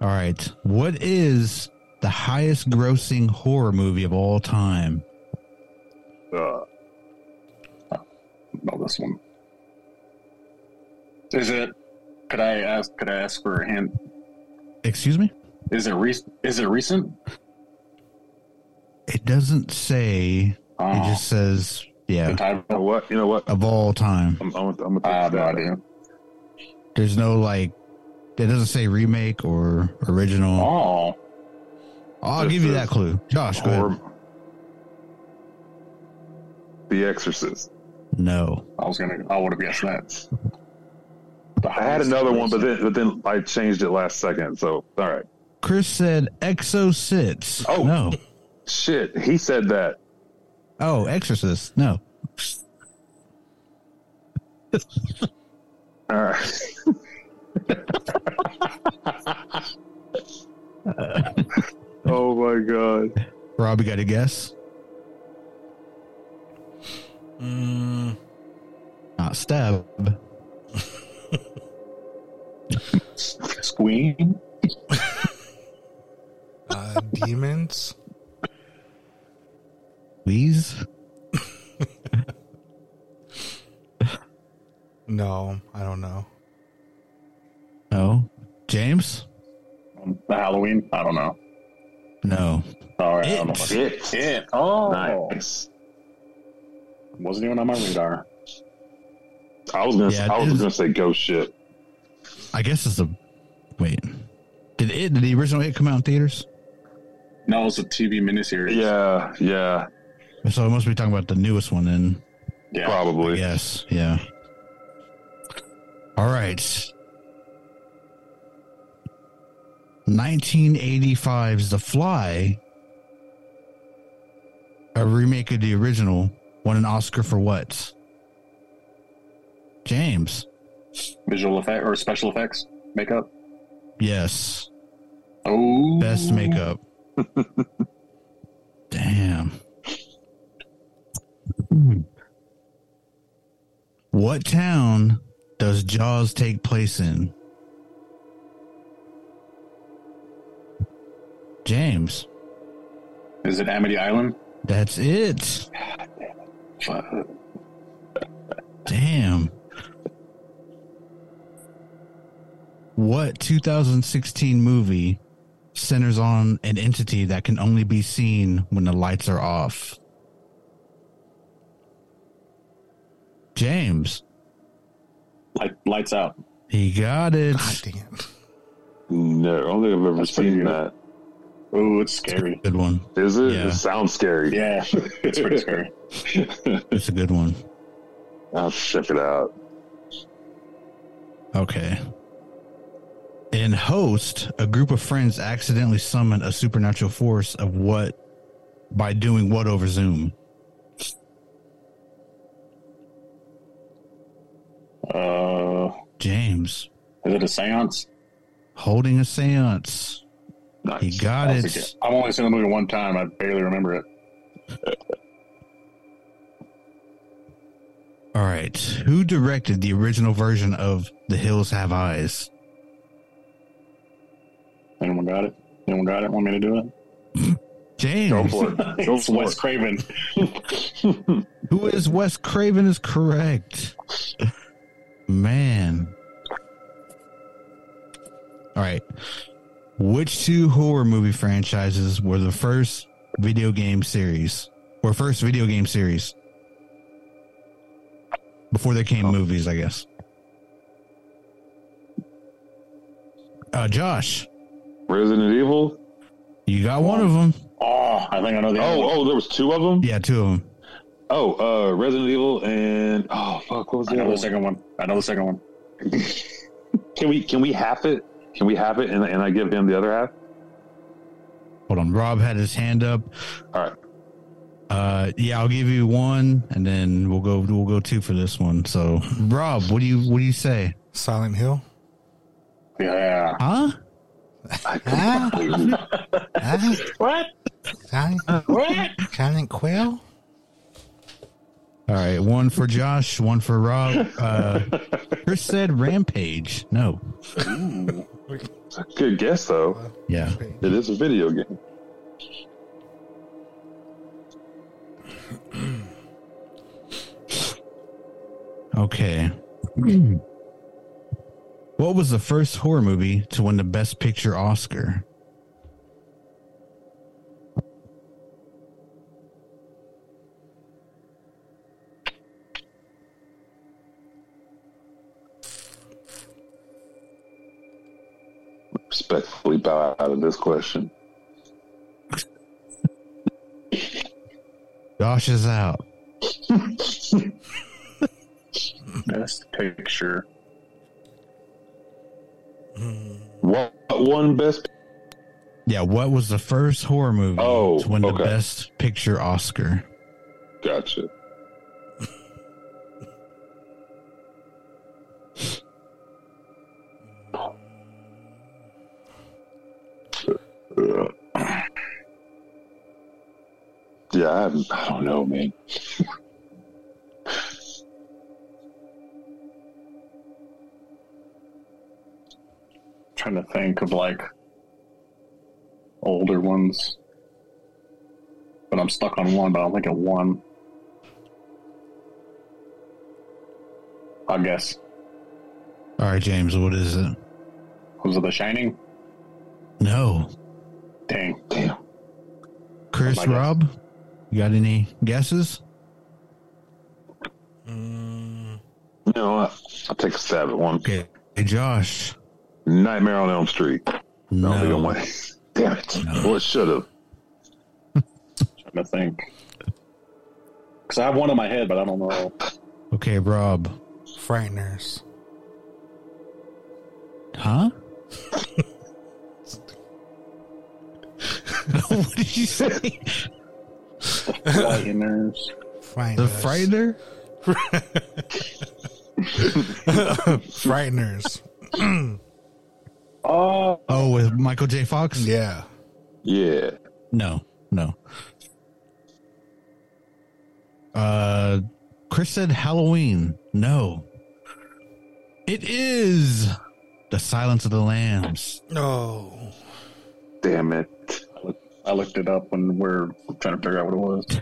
Speaker 5: right. What is the highest grossing horror movie of all time?
Speaker 2: Uh,
Speaker 4: No, this one. Is it? Could I ask? Could I ask for a hint?
Speaker 5: Excuse me?
Speaker 4: Is it? Re- is it recent?
Speaker 5: It doesn't say.
Speaker 4: Oh,
Speaker 5: It just says,
Speaker 4: the
Speaker 5: yeah,
Speaker 2: you know
Speaker 4: title.
Speaker 2: what? You know what?
Speaker 5: of all time.
Speaker 2: I'm, I'm, I'm gonna
Speaker 4: I
Speaker 2: take
Speaker 4: have no
Speaker 2: that.
Speaker 4: idea.
Speaker 5: There's no like, it doesn't say remake or original.
Speaker 4: Oh,
Speaker 5: I'll
Speaker 2: This
Speaker 5: give you
Speaker 2: is
Speaker 5: that clue. Josh, go ahead.
Speaker 2: Horror- The Exorcist.
Speaker 5: No.
Speaker 4: I was gonna. I would have guessed that.
Speaker 2: I had another one, but then, but then I changed it last second. So, all right.
Speaker 5: Chris said Exorcist.
Speaker 2: Oh.
Speaker 5: No.
Speaker 2: Shit, he said that.
Speaker 5: Oh, Exorcist. No.
Speaker 2: All right. oh my god.
Speaker 5: Rob, you got a guess?
Speaker 1: Mm,
Speaker 5: Not stab.
Speaker 4: Squeam?
Speaker 1: uh, demons.
Speaker 5: Please?
Speaker 1: No, I don't know.
Speaker 5: No. James?
Speaker 4: Um, the Halloween? I don't know.
Speaker 5: No.
Speaker 4: All right, I don't know.
Speaker 5: It.
Speaker 4: What
Speaker 2: Shit.
Speaker 4: it. Oh,
Speaker 2: Nice.
Speaker 4: wasn't even on my radar.
Speaker 2: I was gonna
Speaker 5: Yeah,
Speaker 2: I
Speaker 5: it
Speaker 2: was
Speaker 5: is.
Speaker 2: gonna say ghost shit.
Speaker 5: I guess it's a wait. Did it did the original it come out in theaters?
Speaker 4: No, it's a TV miniseries.
Speaker 2: Yeah, yeah,
Speaker 5: So I must be talking about the newest one then.
Speaker 4: yeah.
Speaker 2: probably.
Speaker 5: Yes, yeah. All right. 1985's The Fly, a remake of the original, won an Oscar for what? James.
Speaker 4: Visual effect or special effects makeup.
Speaker 5: Yes.
Speaker 4: Oh,
Speaker 5: Best makeup. Damn. What town does Jaws take place in? James.
Speaker 4: Is it Amity Island?
Speaker 5: That's it.
Speaker 4: Fuck.
Speaker 5: Damn. What 2016 movie centers on an entity that can only be seen when the lights are off? James,
Speaker 4: Light, lights out.
Speaker 5: he got it.
Speaker 1: God damn.
Speaker 2: No, I don't think I've ever
Speaker 4: That's pretty
Speaker 2: seen
Speaker 4: good.
Speaker 2: that.
Speaker 4: Oh, it's scary.
Speaker 5: Good one.
Speaker 2: Is it?
Speaker 5: Yeah.
Speaker 2: It sounds scary.
Speaker 4: Yeah, it's pretty scary.
Speaker 5: It's a good one.
Speaker 2: I'll check it out.
Speaker 5: Okay. In Host, a group of friends accidentally summon a supernatural force of what by doing what over Zoom?
Speaker 4: Uh,
Speaker 5: James
Speaker 4: is it a séance?
Speaker 5: holding a séance. He
Speaker 2: Nice.
Speaker 5: got
Speaker 4: I'll
Speaker 5: it.
Speaker 4: take it. I've only seen the movie one time. I barely remember it.
Speaker 5: All right. Who directed the original version of The Hills Have Eyes?
Speaker 4: Anyone got it? Anyone got it? Want me to do it?
Speaker 2: Go
Speaker 5: James.
Speaker 2: for it. Go
Speaker 4: it's
Speaker 2: for
Speaker 4: Wes
Speaker 2: it.
Speaker 4: Craven.
Speaker 5: Who is Wes Craven is correct. Man. All right. Which two horror movie franchises were the first video game series? Or first video game series? Before there came movies, I guess. Uh, Josh,
Speaker 2: Resident Evil?
Speaker 5: you got one of them.
Speaker 4: Oh, I think I know the.
Speaker 2: Oh,
Speaker 4: other one.
Speaker 2: oh, there was two of them?
Speaker 5: Yeah, two of them.
Speaker 2: Oh, uh, Resident Evil and oh fuck, what was the
Speaker 4: I know
Speaker 2: other
Speaker 4: the
Speaker 2: one?
Speaker 4: second one. I know the second one.
Speaker 2: Can we can we half it? Can we half it and, and I give him the other half?
Speaker 5: Hold on. Rob had his hand up.
Speaker 2: All right.
Speaker 5: Uh, yeah, I'll give you one, and then we'll go. We'll go two for this one. So, Rob, what do you what do you say?
Speaker 1: Silent Hill?
Speaker 4: Yeah.
Speaker 5: Huh?
Speaker 1: Ah, ah,
Speaker 4: What?
Speaker 1: Silent,
Speaker 4: What?
Speaker 1: Silent Quail?
Speaker 5: All right, one for Josh, one for Rob. Uh, Chris said rampage. No,
Speaker 2: Good guess though.
Speaker 5: yeah.
Speaker 2: It is a video game.
Speaker 5: Okay. What was the first horror movie to win the Best Picture Oscar?
Speaker 2: Respectfully bow out of this question.
Speaker 5: Josh is out.
Speaker 4: Best picture.
Speaker 2: What one best
Speaker 5: Yeah. What was the first horror movie
Speaker 2: Oh,
Speaker 5: to win the
Speaker 2: okay.
Speaker 5: Best Picture Oscar?
Speaker 2: gotcha. Yeah, I, haven't- I don't know, man.
Speaker 4: trying to think of like older ones, but I'm stuck on one. But I don't think it won. I guess
Speaker 5: All right, James, what is it?
Speaker 4: was it The Shining?
Speaker 5: No.
Speaker 4: Dang,
Speaker 2: Damn.
Speaker 5: Chris,
Speaker 4: Oh my God.
Speaker 5: Rob, you got any guesses?
Speaker 1: Mm,
Speaker 2: You know what? I'll take a stab at one.
Speaker 5: Okay. Hey, Josh.
Speaker 2: Nightmare on Elm Street. No. I don't think I won. Damn it.
Speaker 5: No.
Speaker 2: Well, it should have.
Speaker 4: trying to think because I have one in my head, but I don't know.
Speaker 5: Okay, Rob.
Speaker 1: frighteners.
Speaker 5: Huh? what did you say?
Speaker 4: Frighteners.
Speaker 1: Frighteners.
Speaker 5: The Frightener?
Speaker 1: frighteners.
Speaker 4: Oh,
Speaker 5: Oh, with Michael J. Fox?
Speaker 1: Yeah.
Speaker 2: Yeah.
Speaker 5: No, no. Uh, Chris said Halloween. No. It is The Silence of the Lambs.
Speaker 1: No.
Speaker 2: Damn it.
Speaker 4: I looked it up when we are trying to figure out what it was.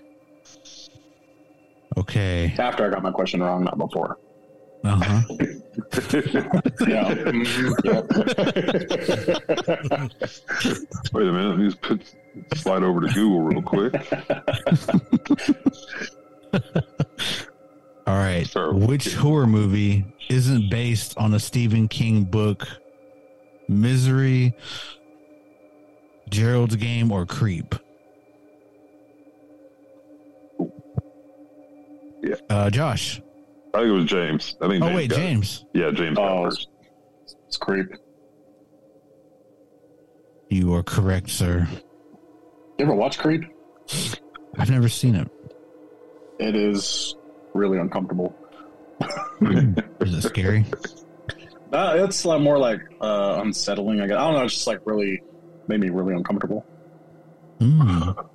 Speaker 5: Okay.
Speaker 4: After I got my question wrong, not before.
Speaker 5: Uh huh.
Speaker 4: Yeah. Mhm. yeah.
Speaker 2: Wait a minute. Let me just put, slide over to Google real quick.
Speaker 5: All right.
Speaker 2: Sure.
Speaker 5: Which horror movie isn't based on a Stephen King book, Misery, Gerald's Game, or Creep?
Speaker 2: Yeah.
Speaker 5: Uh, Josh.
Speaker 2: I think it was James. I think
Speaker 5: Oh,
Speaker 2: James
Speaker 5: wait,
Speaker 2: got it.
Speaker 5: James.
Speaker 2: Yeah, James got
Speaker 4: Oh,
Speaker 2: first.
Speaker 4: It's creep.
Speaker 5: You are correct, sir.
Speaker 4: You ever watch Creep?
Speaker 5: I've never seen it.
Speaker 4: It is really uncomfortable.
Speaker 5: Is it scary?
Speaker 4: Uh, it's like more like uh, unsettling. I guess I don't know. It's just like really made me really uncomfortable.
Speaker 5: Mm.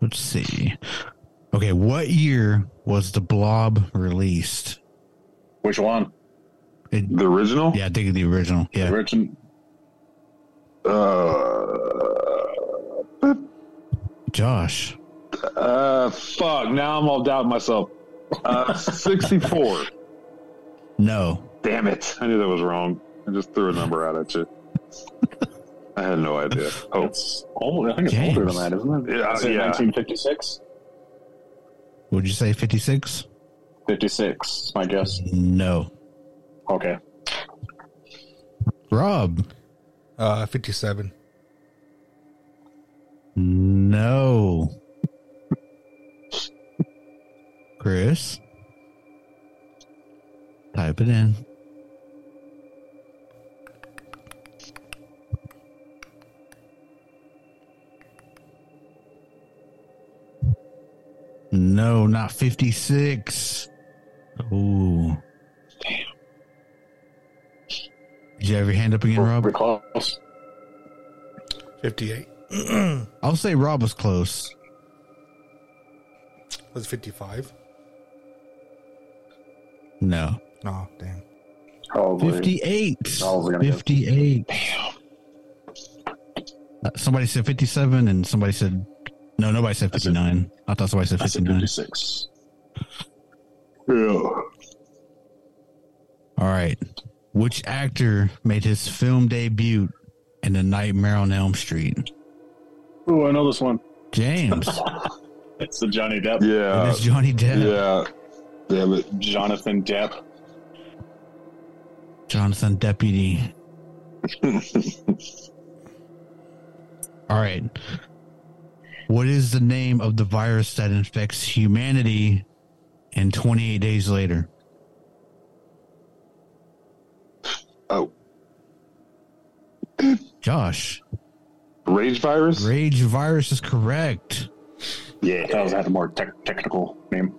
Speaker 5: Let's see. Okay, what year was The Blob released?
Speaker 4: Which one?
Speaker 5: It,
Speaker 2: The original?
Speaker 5: yeah, I think of the original. Yeah.
Speaker 4: Origin-
Speaker 2: Uh,
Speaker 5: Josh.
Speaker 2: uh, fuck. Now I'm all doubting myself. Uh, 64.
Speaker 5: No.
Speaker 2: Damn it. I knew that was wrong. I just threw a number out at you. I had no idea. Oh,
Speaker 4: It's old. I think it's
Speaker 5: James.
Speaker 4: older than that, isn't it?
Speaker 2: Yeah,
Speaker 4: Is it
Speaker 2: yeah.
Speaker 4: 1956?
Speaker 5: Would you say 56?
Speaker 4: 56, is my guess.
Speaker 5: No.
Speaker 4: Okay.
Speaker 5: Rob.
Speaker 1: Uh, 57.
Speaker 5: No. Chris. Type it in. No, not 56. Ooh. Did you have your hand up again, Rob?
Speaker 4: Pretty close.
Speaker 1: 58.
Speaker 5: I'll say Rob was close.
Speaker 1: Was it 55?
Speaker 5: No.
Speaker 1: No, damn.
Speaker 4: Probably. I
Speaker 5: 58.
Speaker 4: was gonna guess.
Speaker 5: 58. Uh, somebody said 57 and somebody said, no, nobody said
Speaker 4: I said-
Speaker 5: 59. I thought somebody said
Speaker 4: I said
Speaker 5: 59.
Speaker 4: 56.
Speaker 2: yeah.
Speaker 5: All right. Which actor made his film debut in The Nightmare on Elm Street?
Speaker 4: Ooh, I know this one.
Speaker 5: James.
Speaker 4: It's the Johnny Depp.
Speaker 5: it
Speaker 2: Yeah.
Speaker 5: is Johnny Depp.
Speaker 2: Yeah. Damn it.
Speaker 4: Jonathan Depp.
Speaker 5: Jonathan Deputy. All right. What is the name of the virus that infects humanity and 28 days later?
Speaker 2: Oh,
Speaker 5: Josh,
Speaker 2: rage virus?
Speaker 5: rage virus is correct.
Speaker 2: Yeah.
Speaker 4: That was had a more tech- technical name.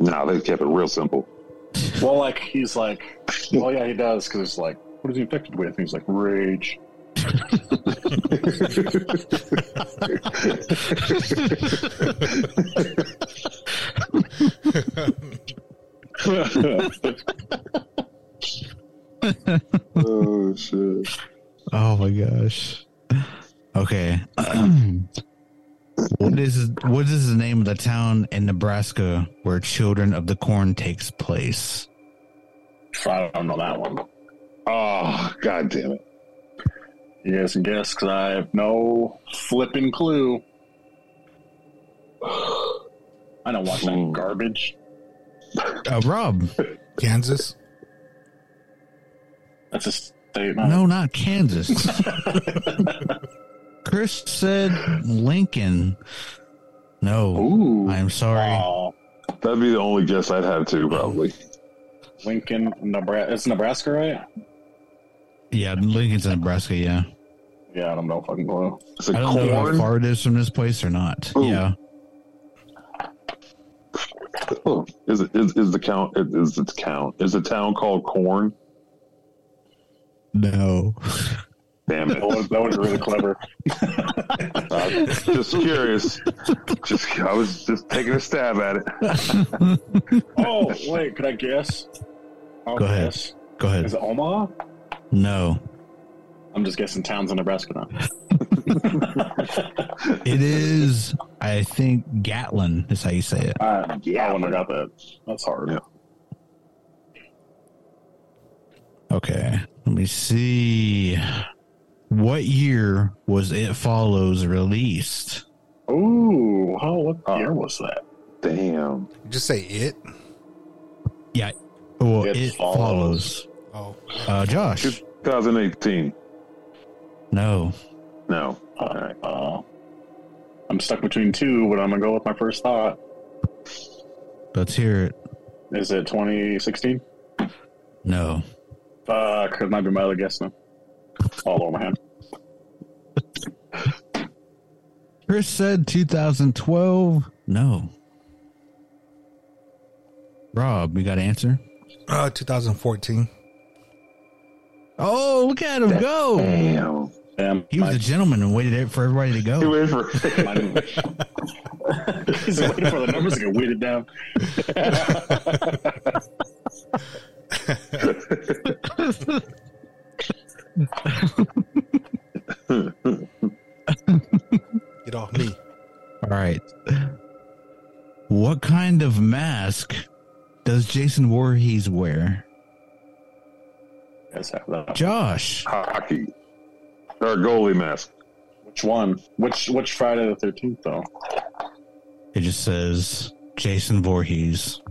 Speaker 2: No, they kept it real simple.
Speaker 4: Well, like, he's like, oh, yeah, he does, because it's like What is he infected with? And he's like, rage.
Speaker 2: oh shit!
Speaker 5: Oh my gosh. Okay. what is what is the name of the town in Nebraska where Children of the Corn takes place?
Speaker 4: I don't know that one.
Speaker 2: Oh god damn it!
Speaker 4: Yes, and guess because I have no flipping clue. I don't watch that
Speaker 2: Hmm.
Speaker 4: garbage.
Speaker 5: Uh, Rob.
Speaker 1: Kansas.
Speaker 4: That's a statement.
Speaker 5: No, not Kansas. Chris said Lincoln. No.
Speaker 4: Ooh.
Speaker 5: I'm sorry.
Speaker 4: Aw,
Speaker 2: That'd be the only guess I'd have too, probably.
Speaker 4: Lincoln, Nebraska. It's Nebraska, right?
Speaker 5: Yeah, Lincoln's in Nebraska, yeah.
Speaker 4: Yeah, I don't know fucking clue.
Speaker 2: It's a
Speaker 5: I don't know how
Speaker 2: corn.
Speaker 5: far it is from this place or not.
Speaker 2: Ooh.
Speaker 5: Yeah.
Speaker 2: Oh, Is it is, is the count? Is its count? Is the town called Corn?
Speaker 5: No.
Speaker 2: Damn
Speaker 4: That
Speaker 2: it!
Speaker 4: was, that was really clever.
Speaker 2: I'm just curious. Just I was just taking a stab at it.
Speaker 4: Oh, wait, could I guess? I'll
Speaker 5: Go ahead.
Speaker 4: guess.
Speaker 5: Go
Speaker 4: Is
Speaker 5: ahead.
Speaker 4: it Omaha?
Speaker 5: No.
Speaker 4: I'm just guessing towns in Nebraska now.
Speaker 5: It is, I think, Gatlin is how you say it.
Speaker 4: Uh, yeah, I wouldn't have got that. That's hard.
Speaker 2: Yeah.
Speaker 5: Okay. Let me see. What year was It Follows released?
Speaker 4: Ooh, how what
Speaker 2: Uh,
Speaker 4: year was that?
Speaker 2: Damn.
Speaker 1: Just say it.
Speaker 5: Oh, Well, It,
Speaker 4: It
Speaker 5: Follows.
Speaker 4: Follows.
Speaker 1: Oh,
Speaker 5: Uh, Josh.
Speaker 2: 2018.
Speaker 5: No.
Speaker 2: No. All
Speaker 4: Uh,
Speaker 2: right.
Speaker 4: uh, I'm stuck between two, but I'm gonna go with my first thought.
Speaker 5: Let's hear it.
Speaker 4: Is it 2016?
Speaker 5: No.
Speaker 4: Fuck, it might be my other guess now. All over my hand.
Speaker 5: Chris said 2012. No. Rob, you got an answer?
Speaker 1: uh, 2014.
Speaker 5: Oh, look at him go.
Speaker 2: Damn.
Speaker 4: Damn,
Speaker 5: He was
Speaker 4: my-
Speaker 5: a gentleman and waited it for everybody to
Speaker 2: You
Speaker 5: go.
Speaker 2: waited for
Speaker 4: my- He's waiting for the numbers to get weighted down.
Speaker 1: Get off me.
Speaker 5: All right. What kind of mask does Jason Voorhees wear?
Speaker 4: Guess I have that.
Speaker 5: Josh.
Speaker 2: hockey or goalie mask.
Speaker 4: Which one? Which which Friday the 13th though?
Speaker 5: It just says Jason Voorhees.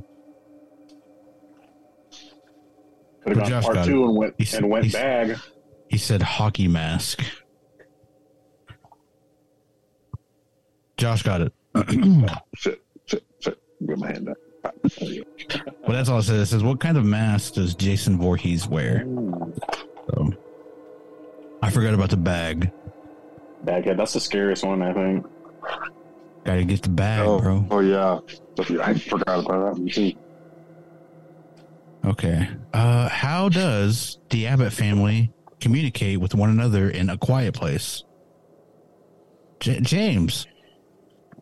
Speaker 4: Could have
Speaker 5: But
Speaker 4: gone
Speaker 5: Josh
Speaker 4: part
Speaker 5: got
Speaker 4: two and went
Speaker 5: He's-
Speaker 4: and went
Speaker 5: he's-
Speaker 4: bag.
Speaker 5: He said hockey mask. Josh got it. well,
Speaker 2: Shit. Shit. Shit. Get my hand up.
Speaker 5: that's all it says. It says, What kind of mask does Jason Voorhees wear?
Speaker 4: Ooh,
Speaker 5: So, I forgot about the bag.
Speaker 4: Baghead. That's the scariest one, I think.
Speaker 5: Gotta get the bag,
Speaker 2: Oh,
Speaker 5: bro.
Speaker 2: oh yeah. I forgot about that one too.
Speaker 5: Okay. Uh, how does the Abbott family communicate with one another in a quiet place? J- James.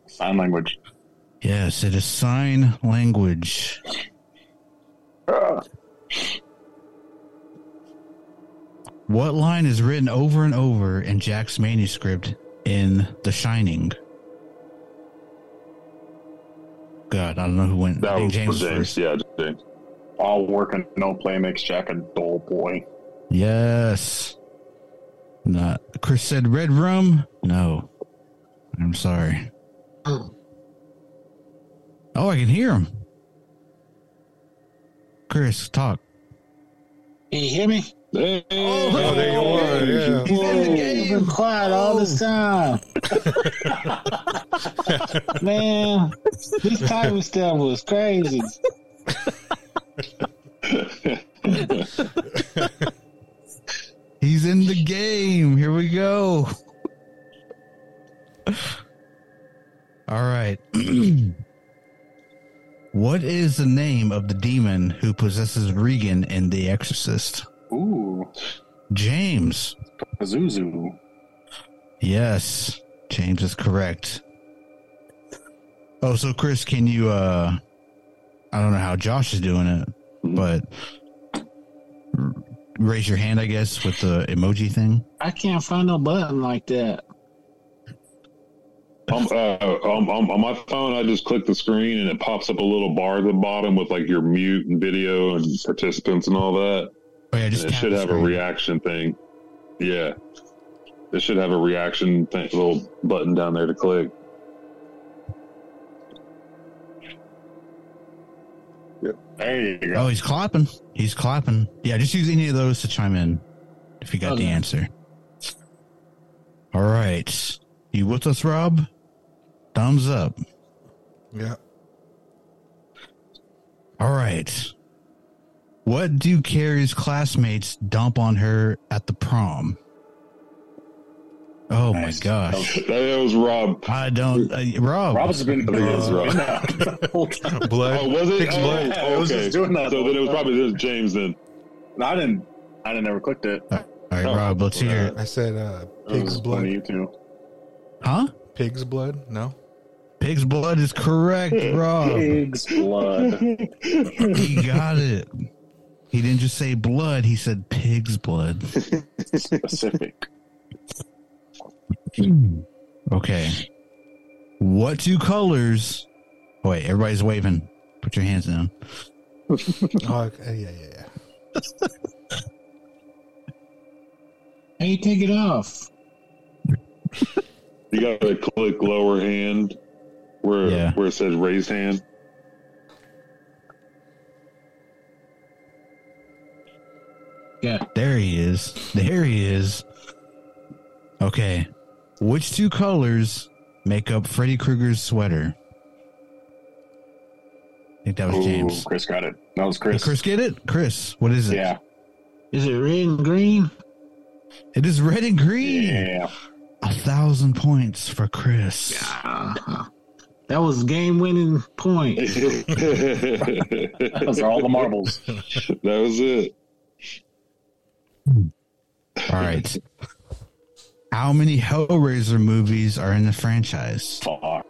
Speaker 4: Sign language.
Speaker 5: Yes, it is sign language.
Speaker 2: Ah,
Speaker 5: What line is written over and over in Jack's manuscript in The Shining? God, I don't know who went. I
Speaker 2: that
Speaker 5: think
Speaker 2: was
Speaker 5: James
Speaker 2: James. James.
Speaker 5: first.
Speaker 2: Yeah, James.
Speaker 4: All work and no play makes Jack a dull boy.
Speaker 5: Yes. Not Chris said red rum. No, I'm sorry.
Speaker 2: Hmm.
Speaker 5: Oh, I can hear him. Chris, talk.
Speaker 6: Can you hear me?
Speaker 2: Hey,
Speaker 5: Oh, there you
Speaker 1: are, yeah.
Speaker 2: Whoa.
Speaker 6: You've been quiet all this time. Man, this type of stuff was crazy.
Speaker 5: He's in the game. Here we go. All right. what is the name of the demon who possesses Regan in The Exorcist?
Speaker 4: Ooh. Pazuzu.
Speaker 5: James.
Speaker 4: Pazuzu.
Speaker 5: Yes, James is correct. Oh, so Chris, can you? uh I don't know how Josh is doing it,
Speaker 4: Mm-hmm.
Speaker 5: but r- raise your hand, I guess, with the emoji thing.
Speaker 6: I can't find no button like that.
Speaker 2: Um, uh, um, um, on my phone, I just click the screen and it pops up a little bar at the bottom with like your mute and video and participants and all that.
Speaker 5: Oh yeah, just
Speaker 2: And it
Speaker 5: tap
Speaker 2: should
Speaker 5: the
Speaker 2: have a
Speaker 5: screen.
Speaker 2: reaction thing. Yeah. It should have a reaction thing, little button down there to click.
Speaker 4: There you go.
Speaker 5: Oh, he's clapping. He's clapping. Yeah, just use any of those to chime in if you got the
Speaker 6: Okay.
Speaker 5: answer. All right. You with us, Rob? Thumbs up.
Speaker 1: Yeah.
Speaker 5: All right. What do Carrie's classmates dump on her at the prom? Oh
Speaker 4: Nice.
Speaker 5: my gosh.
Speaker 2: That, that was Rob.
Speaker 5: I don't. Uh, Rob.
Speaker 4: Rob has been
Speaker 2: think it's Rob.
Speaker 4: the whole time.
Speaker 1: Blood.
Speaker 2: Oh, was it?
Speaker 1: Six
Speaker 2: Oh,
Speaker 1: blood.
Speaker 4: Yeah, it was
Speaker 2: okay.
Speaker 4: just doing that
Speaker 2: So
Speaker 4: the
Speaker 2: then it
Speaker 4: whole
Speaker 2: was
Speaker 4: time.
Speaker 2: probably just James then.
Speaker 4: No, I didn't. I didn't ever clicked it.
Speaker 5: All right,
Speaker 2: Oh,
Speaker 5: Rob, let's hear it.
Speaker 1: I said uh,
Speaker 4: It was
Speaker 1: pig's blood.
Speaker 4: funny, too.
Speaker 5: Huh?
Speaker 1: Pig's blood? No.
Speaker 5: Pig's blood is correct, Rob.
Speaker 4: Pig's blood.
Speaker 5: he got it. He didn't just say blood, he said pig's blood.
Speaker 4: Specific.
Speaker 5: Okay. What two colors? Oh, wait, everybody's waving. Put your hands down.
Speaker 1: Oh, okay. yeah, yeah, yeah.
Speaker 6: Hey, take it off.
Speaker 2: You got to click lower hand where
Speaker 5: Yeah.
Speaker 2: where it says raise hand.
Speaker 5: There he is. There he is. Okay. Which two colors make up Freddy Krueger's sweater? I think that was
Speaker 4: Ooh,
Speaker 5: James.
Speaker 4: Chris got it. That was
Speaker 5: Did
Speaker 4: Chris.
Speaker 5: Chris get it? Chris, what is it?
Speaker 4: Yeah.
Speaker 6: Is it red and green?
Speaker 5: It is red and green.
Speaker 4: Yeah.
Speaker 5: A thousand points for Chris.
Speaker 6: Uh-huh. That was game winning point.
Speaker 2: that
Speaker 4: Those are all the marbles.
Speaker 2: was it.
Speaker 5: All right. How many Hellraiser movies are in the franchise?
Speaker 4: Fuck.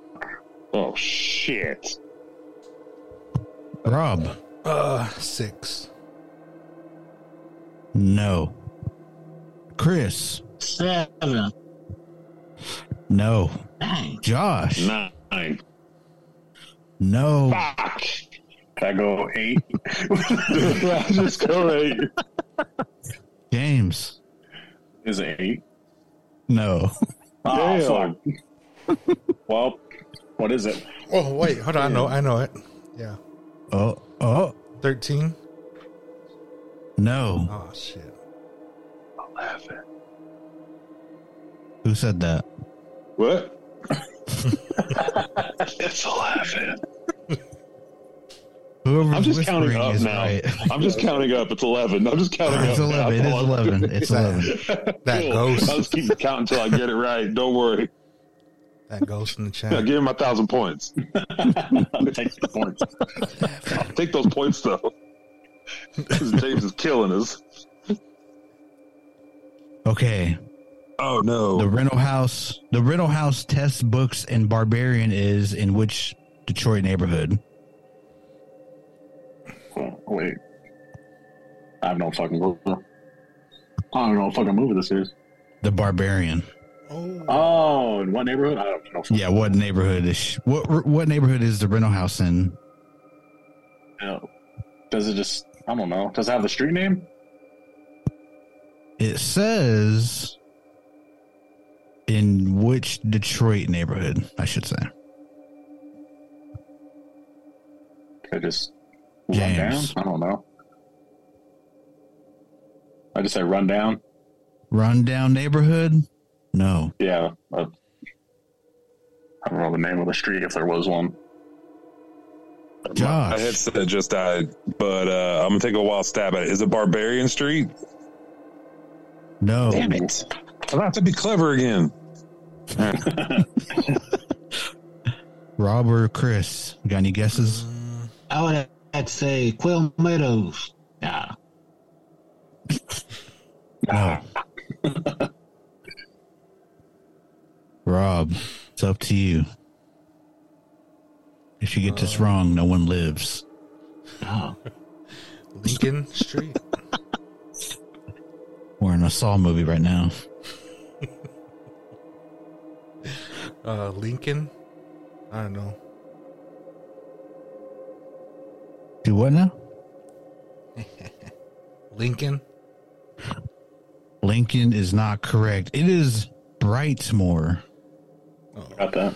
Speaker 2: Oh shit!
Speaker 5: Rob.
Speaker 1: Uh, six.
Speaker 5: No. Chris.
Speaker 6: Seven.
Speaker 5: No.
Speaker 6: Dang.
Speaker 5: Josh.
Speaker 2: Nine.
Speaker 5: No.
Speaker 2: Fuck.
Speaker 4: Can I go eight?
Speaker 2: Just go eight.
Speaker 5: James.
Speaker 4: Is it eight?
Speaker 5: No.
Speaker 4: Oh,
Speaker 2: Damn.
Speaker 4: fuck. Well, what is it?
Speaker 1: Oh, wait. Hold on. I know, I know it. Yeah.
Speaker 5: Oh. Oh.
Speaker 1: 13.
Speaker 5: No.
Speaker 1: Oh, shit.
Speaker 5: Who said that?
Speaker 2: What? it's eleven.
Speaker 5: Whoever
Speaker 2: I'm just counting up
Speaker 5: is
Speaker 2: now.
Speaker 5: right.
Speaker 2: I'm just counting up. It's eleven. I'm just counting up.
Speaker 5: It's
Speaker 2: now.
Speaker 5: 11. It is 11. It's 11.
Speaker 1: That
Speaker 2: Cool.
Speaker 1: ghost.
Speaker 2: I'll just keep counting until I get it right. Don't worry.
Speaker 1: That ghost in the
Speaker 2: I'll
Speaker 1: chat.
Speaker 2: give him a thousand points.
Speaker 4: Take the points.
Speaker 2: I'll take those points though. 'Cause James is killing us.
Speaker 5: Okay.
Speaker 2: Oh no.
Speaker 5: The rental house. The rental house test books and barbarian is in which Detroit neighborhood?
Speaker 4: Oh, wait. I have no fucking clue. I don't know what fucking movie this is.
Speaker 5: The barbarian.
Speaker 1: Oh,
Speaker 4: Oh, in what neighborhood? I don't know.
Speaker 5: Yeah. What neighborhood is? She, what What neighborhood is the rental house in?
Speaker 4: Yeah. Does it just? I don't know. Does it have the street name?
Speaker 5: It says in which Detroit neighborhood, I should say.
Speaker 4: Could I just run down?
Speaker 5: James.
Speaker 4: I don't know. I just say run down.
Speaker 5: Rundown neighborhood? No.
Speaker 4: Yeah. uh, I don't know the name of the street if there was one.
Speaker 5: Josh.
Speaker 2: My headset just died, but uh, I'm gonna take a wild stab at it. Is it Barbarian Street?
Speaker 5: No.
Speaker 4: it!
Speaker 2: I have to be clever again.
Speaker 5: Rob or Chris? Got any guesses?
Speaker 1: Mm,
Speaker 6: I would have to say Quill Meadows. Yeah.
Speaker 5: No. Rob, it's up to you. If you get this wrong, no one lives.
Speaker 6: Uh-huh.
Speaker 1: Lincoln Street.
Speaker 5: We're in a Saw movie right now.
Speaker 1: Uh, Lincoln. I don't know.
Speaker 5: Do what now?
Speaker 1: Lincoln.
Speaker 5: Lincoln is not correct. It is Brightmore.
Speaker 4: Got that.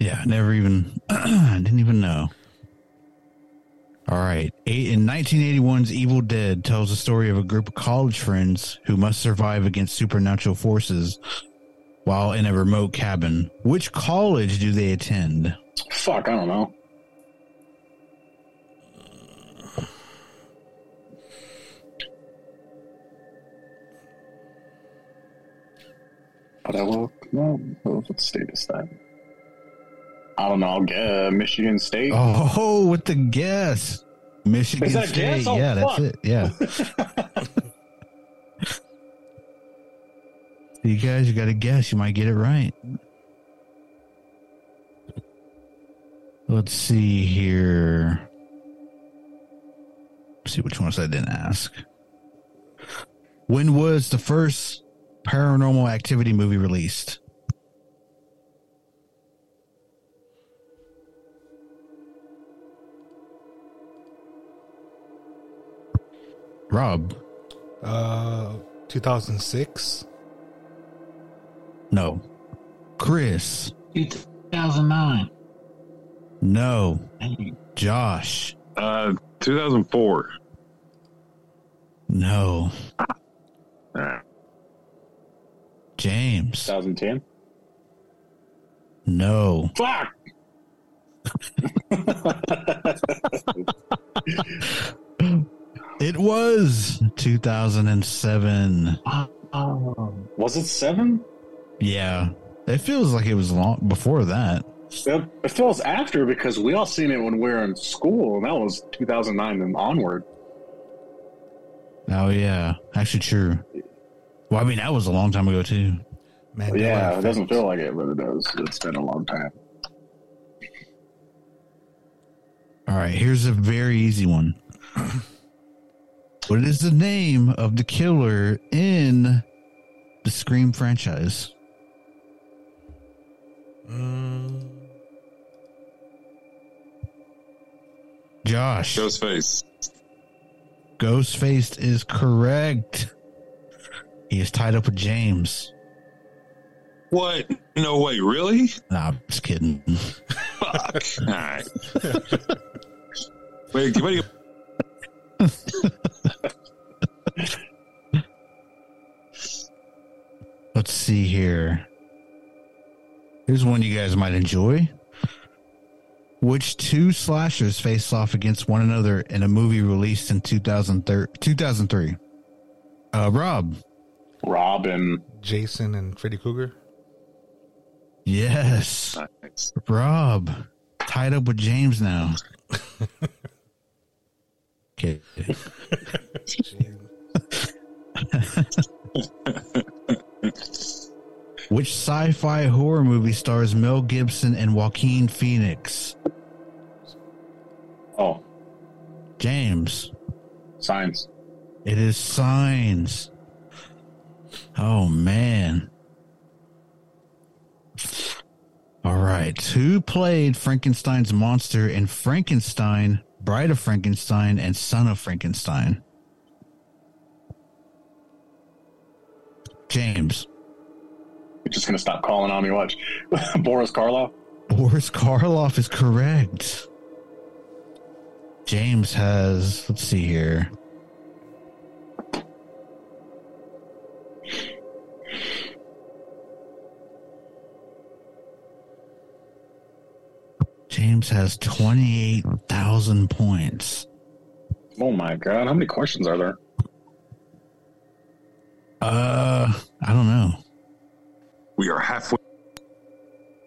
Speaker 5: Yeah, never even I didn't even know. All right. Eight, in 1981's Evil Dead tells the story of a group of college friends who must survive against supernatural forces while in a remote cabin. Which college do they attend?
Speaker 4: Fuck, I don't know. But I will. No, what state is that? I don't know. I'll get uh, Michigan State.
Speaker 5: Oh, with the guess. Michigan
Speaker 4: Is that a
Speaker 5: State.
Speaker 4: guess? Oh,
Speaker 5: yeah,
Speaker 4: fuck.
Speaker 5: that's it. Yeah. you guys, you got to guess. You might get it right. Let's see here. Let's see which ones I didn't ask. When was the first paranormal activity movie released? Rob,
Speaker 1: Uh, 2006.
Speaker 5: no. Chris,
Speaker 6: 2009.
Speaker 5: no.
Speaker 6: Dang.
Speaker 5: Josh,
Speaker 2: Uh, 2004.
Speaker 5: no.
Speaker 2: Ah,
Speaker 5: James,
Speaker 4: 2010.
Speaker 5: no.
Speaker 4: Fuck.
Speaker 5: It was 2007.
Speaker 6: Oh,
Speaker 4: Was it seven?
Speaker 5: Yeah. It feels like it was long before that.
Speaker 4: It, it feels after because we all seen it when we were in school, and that was 2009 and onward.
Speaker 5: Oh, yeah. Actually, true. Well, I mean, that was a long time ago, too.
Speaker 1: Man,
Speaker 4: But yeah, it doesn't feel like it, but it does. It's been a long time.
Speaker 5: All right. Here's a very easy one. what is the name of the killer in the Scream franchise?
Speaker 1: Mm,
Speaker 5: Josh.
Speaker 2: Ghostface.
Speaker 5: Ghostface is correct. He is tied up with James.
Speaker 2: What? No way. Really?
Speaker 5: Nah, I'm just kidding.
Speaker 2: Fuck. All right. Wait, what do you-
Speaker 5: Let's see here. Here's one you guys might enjoy. Which two slashers face off against one another in a movie released in 2003? 2003? Uh, Rob.
Speaker 4: Robin.
Speaker 1: Jason and Freddy Krueger.
Speaker 5: Yes.
Speaker 2: Nice.
Speaker 5: Rob. Tied up with James now. okay. Which sci fi horror movie stars Mel Gibson and Joaquin Phoenix?
Speaker 4: Oh,
Speaker 5: James.
Speaker 4: signs.
Speaker 5: It is signs. Oh man. All right. Who played Frankenstein's monster in Frankenstein, Bride of Frankenstein, and Son of Frankenstein? James.
Speaker 4: You're just gonna stop calling on me. Watch, Boris Karloff.
Speaker 5: Boris Karloff is correct. James has, let's see here. James has 28,000 points.
Speaker 4: Oh my god, how many questions are there?
Speaker 5: Uh, I don't know.
Speaker 2: We are halfway.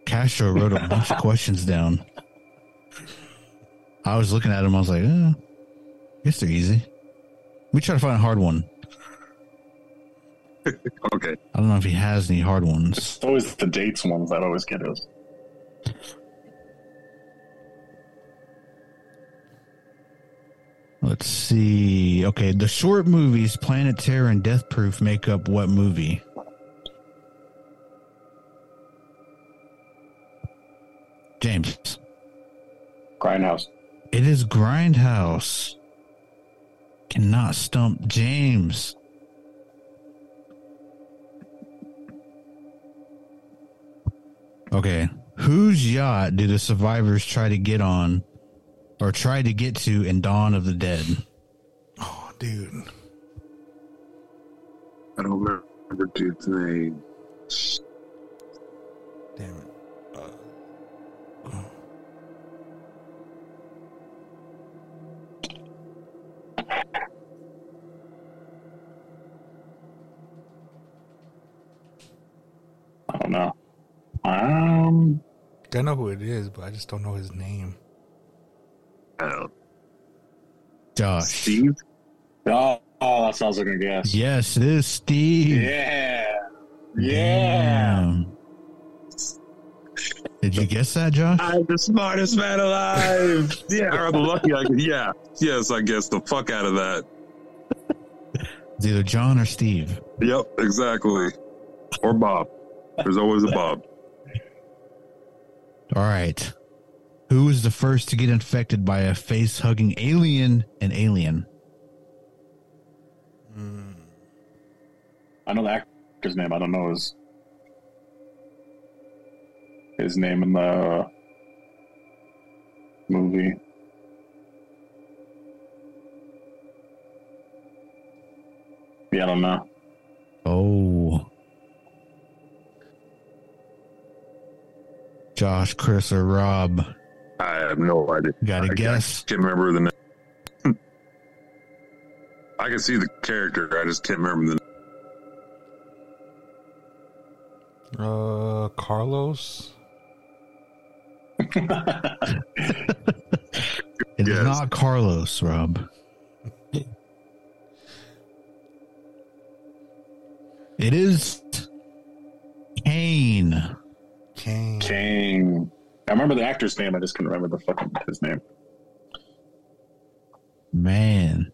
Speaker 5: Castro wrote a bunch of questions down. I was looking at him. I was like, "Uh, eh, I guess they're easy. Let me try to find a hard one.
Speaker 2: Okay.
Speaker 5: I don't know if he has any hard ones.
Speaker 4: It's always the dates ones that always get us.
Speaker 5: Let's see. Okay, the short movies Planet Terror and Death Proof make up what movie? James.
Speaker 4: Grindhouse.
Speaker 5: It is Grindhouse. Cannot stump James. Okay. Whose yacht do the survivors try to get on or try to get to in Dawn of the Dead?
Speaker 1: Oh, dude.
Speaker 2: I don't remember dude's name.
Speaker 1: Damn it. Uh,
Speaker 4: I don't know. Um,
Speaker 1: I know who it is, but I just don't know his name.
Speaker 2: I don't.
Speaker 5: Josh.
Speaker 2: Steve?
Speaker 4: oh, oh, that's what I was going to guess.
Speaker 5: Yes, it is Steve.
Speaker 4: Yeah. Yeah.
Speaker 5: Damn. Did you guess that, Josh?
Speaker 2: I'm the smartest man alive. yeah, I'm lucky. I, yeah, yes, I guess the fuck out of that.
Speaker 5: It's either John or Steve.
Speaker 2: Yep, exactly. Or Bob. There's always a Bob.
Speaker 5: All right. Who was the first to get infected by a face hugging alien and alien?
Speaker 1: Mm.
Speaker 4: I know the actor's name. I don't know his his name in the movie. Yeah, I don't know.
Speaker 5: Oh. Josh, Chris, or Rob?
Speaker 2: I have no idea.
Speaker 5: Got
Speaker 2: I
Speaker 5: to
Speaker 2: can't-
Speaker 5: guess.
Speaker 2: Can't remember the name. I can see the character. I just can't remember the.
Speaker 1: Uh, Carlos?
Speaker 5: It is
Speaker 2: Yes.
Speaker 5: not Carlos, Rob. it is Kane.
Speaker 1: Kane.
Speaker 4: King. I remember the actor's name. I just couldn't remember the fucking his name.
Speaker 5: Man.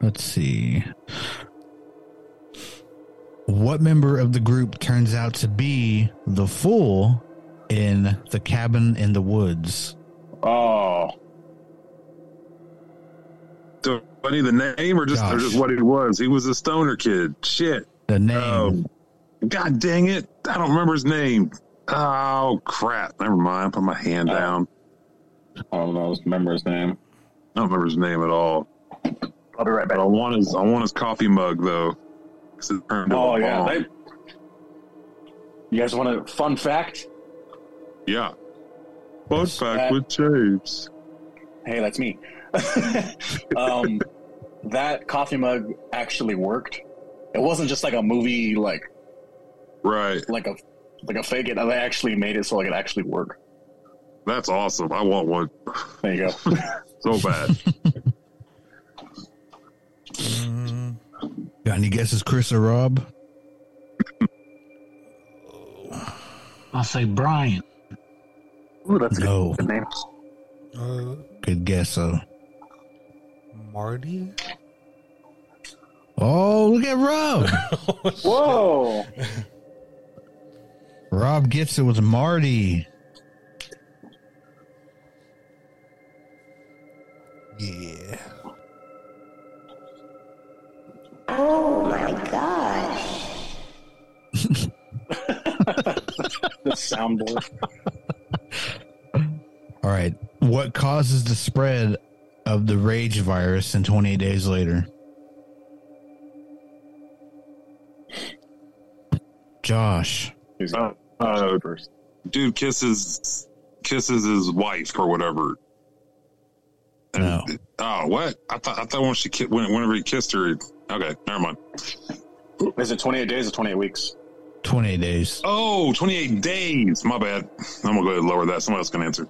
Speaker 5: Let's see. What member of the group turns out to be the fool in the cabin in the woods?
Speaker 4: Oh,
Speaker 2: Do I need the name or just or
Speaker 5: Gosh.
Speaker 2: just what he was? He was a stoner kid. Shit.
Speaker 5: The name.
Speaker 4: Oh.
Speaker 2: Um, God dang it! I don't remember his name. Oh crap! Never mind. I put my hand
Speaker 4: Oh.
Speaker 2: down.
Speaker 4: I don't know. Remember his name?
Speaker 2: I don't remember his name at all. I'll be right back. I want his I want his coffee mug though. 'Cause it turned to a
Speaker 4: Oh yeah.
Speaker 2: bomb.
Speaker 4: They, you guys want a fun fact?
Speaker 2: yeah. Fun
Speaker 5: Yes.
Speaker 2: fact with James.
Speaker 4: Hey, that's me. um, that coffee mug actually worked. It wasn't just like a movie, like
Speaker 2: Right.
Speaker 4: like a like a fake. It they actually made it so like it actually worked.
Speaker 2: That's awesome. I want one
Speaker 4: There you go.
Speaker 2: so bad.
Speaker 1: Mm.
Speaker 5: Got any guesses, Chris or Rob?
Speaker 6: I'll say Brian.
Speaker 4: Ooh, that's
Speaker 5: No.
Speaker 4: good name.
Speaker 1: Uh,
Speaker 5: Good guess, though.
Speaker 1: Marty?
Speaker 5: Oh, look at Rob.
Speaker 4: Whoa!
Speaker 5: Rob gets it with Marty.
Speaker 1: Yeah.
Speaker 4: the soundboard.
Speaker 5: All right. What causes the spread of the rage virus in 28 days later? Josh.
Speaker 4: He's
Speaker 2: Uh,
Speaker 4: uh,
Speaker 2: uh, dude kisses kisses his wife or whatever.
Speaker 5: No.
Speaker 2: Oh, what? I thought I thought when she ki- when, whenever he kissed her. Okay, never mind.
Speaker 4: Is it twenty eight days or twenty eight weeks?
Speaker 5: 28 days.
Speaker 2: Oh, 28 days. My bad. I'm gonna go ahead and lower that. Someone else can answer.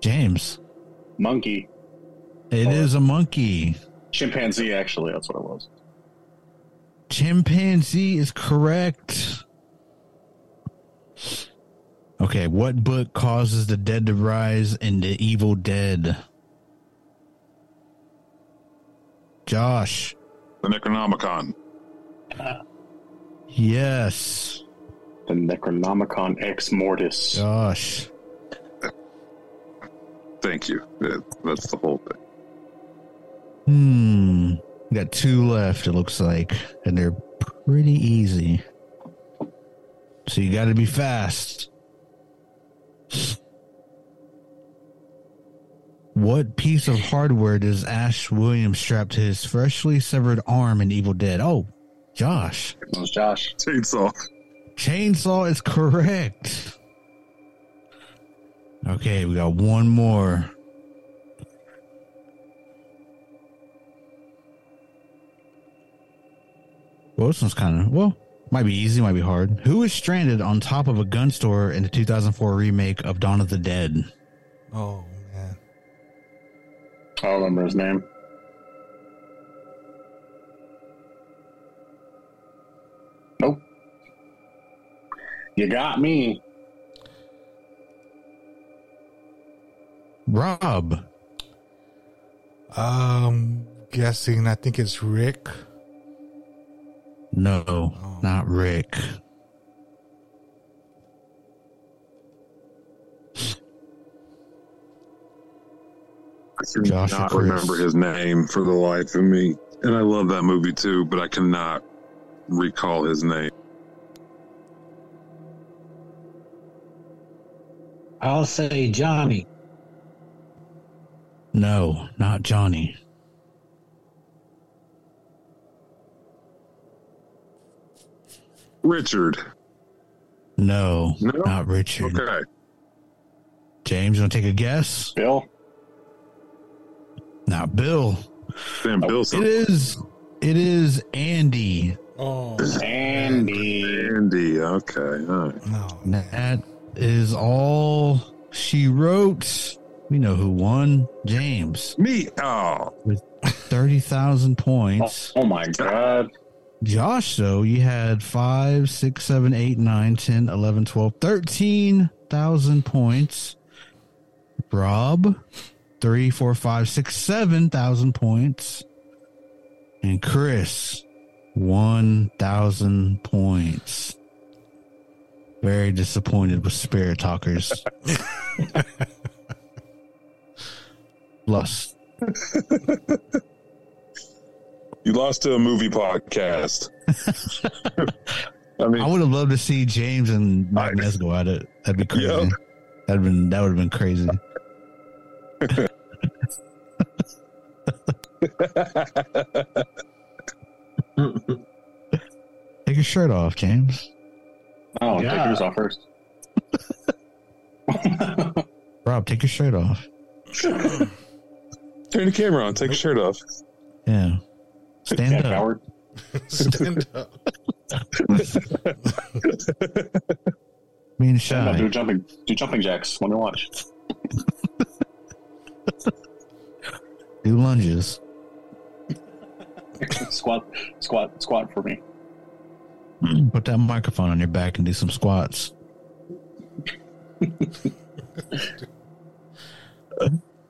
Speaker 5: James.
Speaker 4: Monkey.
Speaker 5: It is a monkey.
Speaker 4: Chimpanzee, actually, that's what it was.
Speaker 5: Chimpanzee is correct. Okay, what book causes the dead to rise and the evil dead? Josh.
Speaker 7: The Necronomicon.
Speaker 5: Yes.
Speaker 4: The Necronomicon Ex Mortis.
Speaker 5: Josh.
Speaker 7: Thank you. That- That's the whole thing.
Speaker 5: Hmm. We got two left, it looks like, and they're pretty easy. So you got to be fast. What piece of hardware does Ash Williams strap to his freshly severed arm in Evil Dead? Oh, Josh.
Speaker 4: It was Josh.
Speaker 7: Chainsaw.
Speaker 5: Chainsaw is correct. Okay, we got one more. Well, this one's kind of, well, might be easy, might be hard. Who is stranded on top of a gun store in the 2004 remake of Dawn of the Dead?
Speaker 1: Oh man,
Speaker 4: I don't remember his name. Nope. You got me.
Speaker 5: Rob.
Speaker 1: um, guessing. I think it's Rick.
Speaker 5: No,
Speaker 1: Oh.
Speaker 5: not Rick.
Speaker 7: I do
Speaker 5: Josh
Speaker 7: not
Speaker 5: or Chris?
Speaker 7: remember his name for the life of me. And I love that movie too, but I cannot recall his name.
Speaker 6: I'll say Johnny.
Speaker 5: No, not Johnny.
Speaker 7: Richard.
Speaker 5: No,
Speaker 7: No?
Speaker 5: not Richard.
Speaker 7: Okay.
Speaker 5: James, you want to take a guess?
Speaker 4: Bill?
Speaker 5: Not Bill.
Speaker 7: Sam
Speaker 5: It
Speaker 7: Bilson.
Speaker 5: is. It is Andy.
Speaker 1: Oh
Speaker 4: Andy.
Speaker 7: Andy. Okay. All right.
Speaker 1: no, man.
Speaker 5: That is all she wrote. We know who won. James,
Speaker 7: Me. Oh,
Speaker 5: thirty thousand
Speaker 4: Oh,
Speaker 5: points.
Speaker 4: oh my God.
Speaker 5: Josh, though, you had five, six, seven, eight, nine, ten, eleven, twelve, thirteen thousand points. Rob, three, four, five, six, seven thousand points. And Chris, one thousand points. Very disappointed with Spirit Talkers. Plus,
Speaker 7: you lost to a movie podcast. I mean,
Speaker 5: I would have loved to see James and Martinez go at it. That'd be crazy.
Speaker 7: Yep.
Speaker 5: That'd been that would have been crazy. Take your shirt off, James.
Speaker 4: Oh, take
Speaker 6: God.
Speaker 4: yours off first.
Speaker 5: Rob, take your shirt off.
Speaker 7: turn the camera on. Take your shirt off.
Speaker 5: Yeah.
Speaker 4: Yeah,
Speaker 5: Stand up.
Speaker 4: coward.
Speaker 1: stand up.
Speaker 5: Being
Speaker 4: Stand up, do
Speaker 5: shy.
Speaker 4: jumping, do jumping jacks when you watch.
Speaker 5: Do lunges.
Speaker 4: squat, squat, squat for me.
Speaker 5: Put that microphone on your back and do some squats.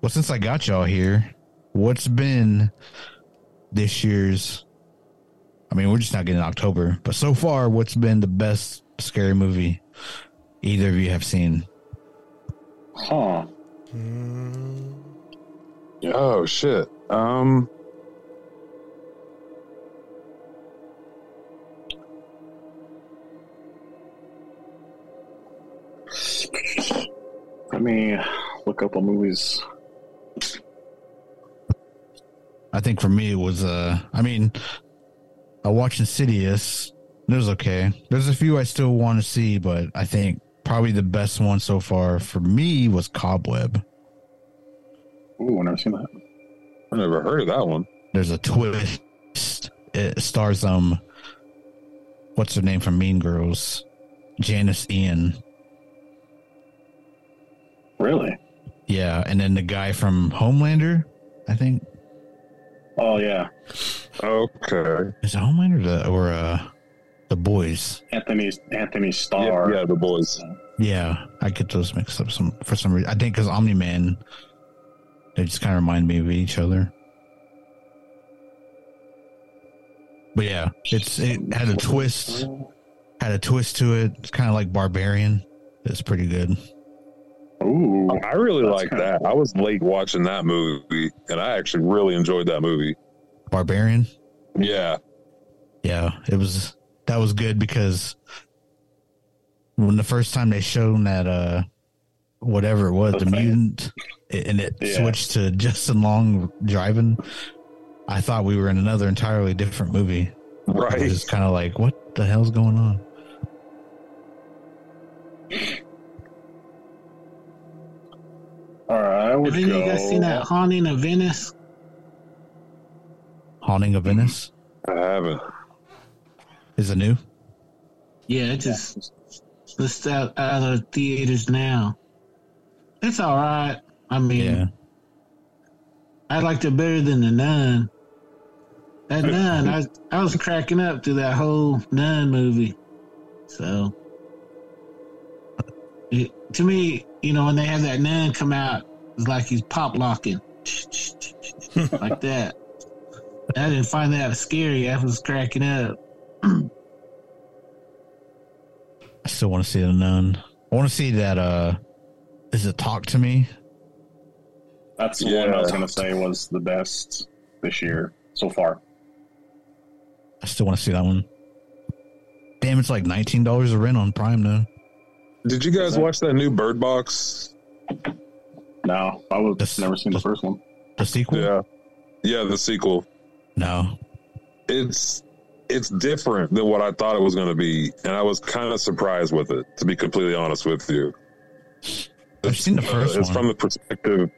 Speaker 5: well, since I got y'all here, what's been this year's? I mean, we're just not getting October, but so far, what's been the best scary movie either of you have seen?
Speaker 4: Huh.
Speaker 1: Mm,
Speaker 7: Oh shit. Um.
Speaker 4: Let me look up on movies.
Speaker 5: I think for me, it was, uh, I mean, I watched Insidious. It was okay. There's a few I still want to see, but I think probably the best one so far for me was Cobweb.
Speaker 4: Ooh, I've never seen that.
Speaker 7: I never heard of that one.
Speaker 5: There's a twist. It stars, um, what's her name from Mean Girls? Janice Ian.
Speaker 4: Really?
Speaker 5: Yeah, and then the guy from Homelander, I think.
Speaker 4: Oh yeah,
Speaker 2: Okay.
Speaker 5: Is it Homelander or, the, or uh, the boys?
Speaker 4: Anthony Anthony Starr.
Speaker 2: Yeah, yeah, the boys.
Speaker 5: Yeah, I get those mixed up some for some reason. I think because Omni Man, they just kind of remind me of each other. But yeah, it's it had a twist, had a twist to it. It's kind of like Barbarian. It's pretty good.
Speaker 4: Ooh,
Speaker 2: I really
Speaker 4: That's
Speaker 2: like
Speaker 4: kinda
Speaker 2: that. I was late watching that movie, and I actually really enjoyed that movie.
Speaker 5: Barbarian.
Speaker 2: Yeah,
Speaker 5: Yeah, it was that was good because when the first time they shown that uh whatever it was,
Speaker 4: The
Speaker 5: the
Speaker 4: thing.
Speaker 5: mutant a- and it
Speaker 4: Yeah.
Speaker 5: switched to Justin Long driving, I thought we were in another entirely different movie. It
Speaker 2: right.
Speaker 5: was kind of like, what the hell's going on?
Speaker 4: all right. I would
Speaker 6: Have any of
Speaker 4: go.
Speaker 6: you guys seen that haunting of Venice?
Speaker 5: Haunting of Venice
Speaker 2: I haven't.
Speaker 5: is it new?
Speaker 6: Yeah, it just it's out, out of theaters now. It's all right. I
Speaker 2: Mm-hmm.
Speaker 6: mean,
Speaker 5: Yeah.
Speaker 6: I liked it better than the nun. That nun, I I was cracking up through that whole nun movie. So it, to me, you know, when they have that nun come out, it's like he's pop locking. like that. I didn't find that scary. I was cracking up.
Speaker 5: I still want to see the nun. I want to see that. uh Is it Talk to Me?
Speaker 4: That's the one
Speaker 2: Yeah.
Speaker 4: I was gonna say was the best this year so far.
Speaker 5: I still want to see that one. Damn, it's like nineteen dollars a rent on Prime now.
Speaker 2: Did you guys watch that new Bird Box?
Speaker 4: No, I was
Speaker 5: That's-
Speaker 4: never seen the first one.
Speaker 5: The sequel?
Speaker 2: Yeah, yeah, the sequel.
Speaker 5: No.
Speaker 2: It's it's different than what I thought it was going to be, and I was kind of surprised with it. To be completely honest with you,
Speaker 5: I've seen the
Speaker 2: Uh,
Speaker 5: first
Speaker 2: it's
Speaker 5: one.
Speaker 2: from the perspective.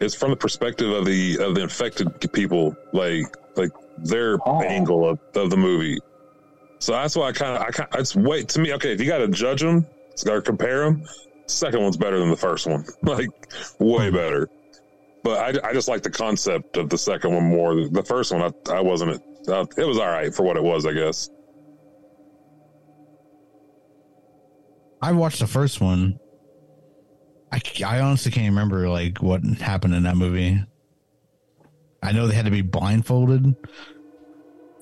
Speaker 2: It's from the perspective of the of the infected people, like like their
Speaker 4: Oh.
Speaker 2: angle of, of the movie. So that's why I kind of I kind it's wait to me. Okay, if you got to judge them or compare them, second one's better than the first one, like way
Speaker 5: Hmm.
Speaker 2: better. But I, I just like the concept of the second one more. The first one I, I wasn't. Uh, it was all right for what it was, I guess.
Speaker 5: I watched the first one. I, c- I honestly can't remember like what happened in that movie. I know they had to be blindfolded.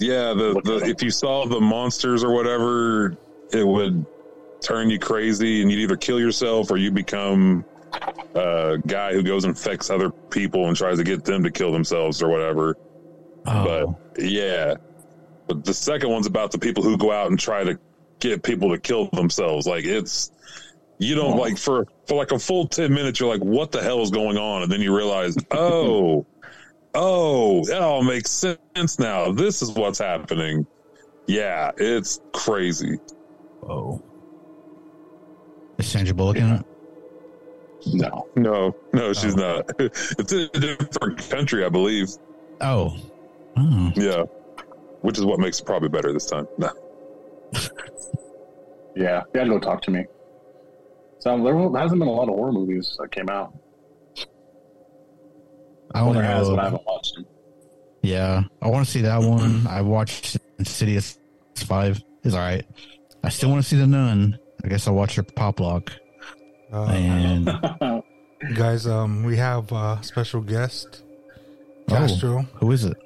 Speaker 2: Yeah, the,
Speaker 4: Look at
Speaker 2: the
Speaker 4: 'em.
Speaker 2: if you saw the monsters or whatever, it would turn you crazy, and you'd either kill yourself or you become a guy who goes and infects other people and tries to get them to kill themselves or whatever.
Speaker 5: Oh,
Speaker 2: Yeah, but the second one's about the people who go out and try to get people to kill themselves. Like it's you don't like for for like a full ten minutes, you're like, what the hell is going on? And then you realize, oh, oh, that all makes sense now. This is what's happening. Yeah, it's crazy.
Speaker 5: oh. Is Sandra Bullock in it?
Speaker 4: No,
Speaker 2: No, Oh. no, she's not. It's in a different country, I believe.
Speaker 5: Oh. Oh.
Speaker 2: Yeah, which is what makes it probably better this time. No.
Speaker 4: yeah, you gotta go talk to me. So there hasn't been a lot of horror movies that came out.
Speaker 5: I want
Speaker 4: there
Speaker 5: to
Speaker 4: has, but I
Speaker 5: know.
Speaker 4: haven't watched them.
Speaker 5: Yeah, I want to see that one. I watched Insidious Five. Is all right. I still want to see the Nun. I guess I'll watch your Pop Lock.
Speaker 1: Uh,
Speaker 5: And
Speaker 1: guys, um, we have a special guest,
Speaker 5: Oh.
Speaker 1: Castro.
Speaker 5: who is it?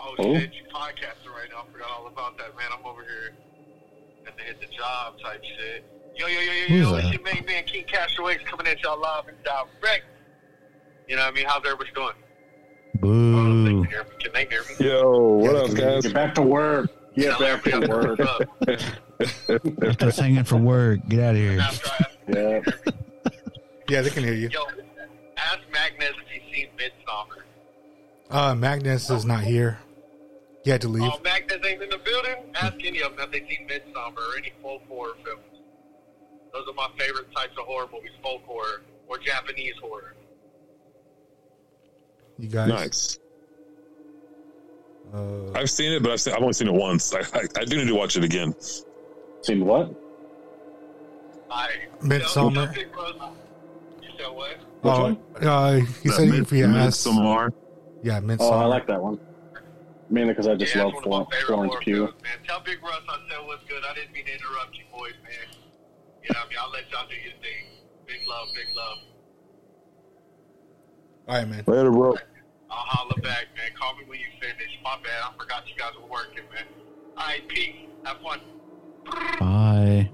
Speaker 8: Oh,
Speaker 4: Oh.
Speaker 8: shit, you podcasting right now. I forgot all about that, man. I'm over here and hit the job type shit. Yo, yo, yo, yo,
Speaker 5: Who's
Speaker 8: yo, it's
Speaker 5: that?
Speaker 8: your main man, King Castaways, coming at y'all live and direct. You know what I mean? How's everybody doing? Oh, they
Speaker 5: Boo.
Speaker 8: can, hear me. can they hear me?
Speaker 2: Yo, what up, guys?
Speaker 4: Get back to work. Get
Speaker 8: Sound
Speaker 4: back
Speaker 8: like
Speaker 4: to
Speaker 8: everybody else
Speaker 4: work.
Speaker 8: is up.
Speaker 5: Left us hanging for work. Get out of here.
Speaker 8: After I-
Speaker 4: Yeah.
Speaker 1: Yeah, they can hear you.
Speaker 8: Yo, ask Magnus if he's seen Midsummer.
Speaker 1: Uh, Magnus is not here. He had to leave.
Speaker 8: Oh, Magnus ain't in the building? Ask any of them if they've seen Midsummer or any folk horror films. Those are my favorite types of horror movies, folk horror or Japanese horror.
Speaker 1: You guys,
Speaker 2: Nice.
Speaker 1: uh,
Speaker 2: I've seen it, but I've seen, I've only seen it once. I, I, I do need to watch it again.
Speaker 4: Seen what?
Speaker 8: I
Speaker 1: Midsummer.
Speaker 8: You said what?
Speaker 7: Which
Speaker 1: Uh,
Speaker 7: one?
Speaker 1: Uh, he
Speaker 7: That
Speaker 1: said
Speaker 7: mid-
Speaker 1: if he asked,
Speaker 7: Midsommar.
Speaker 1: yeah,
Speaker 4: Oh,
Speaker 1: Midsummer.
Speaker 4: I like that one. Mainly because I just
Speaker 8: Yeah,
Speaker 4: love
Speaker 8: that's one of
Speaker 4: Florence,
Speaker 8: my favorite
Speaker 4: Florence
Speaker 8: horror
Speaker 4: Pugh.
Speaker 8: films, Man. Tell Big Russ I said what's good. I didn't mean to interrupt you boys, man. You know what I mean? I'll let y'all do your thing. Big love, big love.
Speaker 1: All right, man.
Speaker 7: Later, bro.
Speaker 8: I'll holler back, man. Call me when you finish. My bad. I forgot you guys were working, man. All right, peace. Have fun.
Speaker 5: Bye.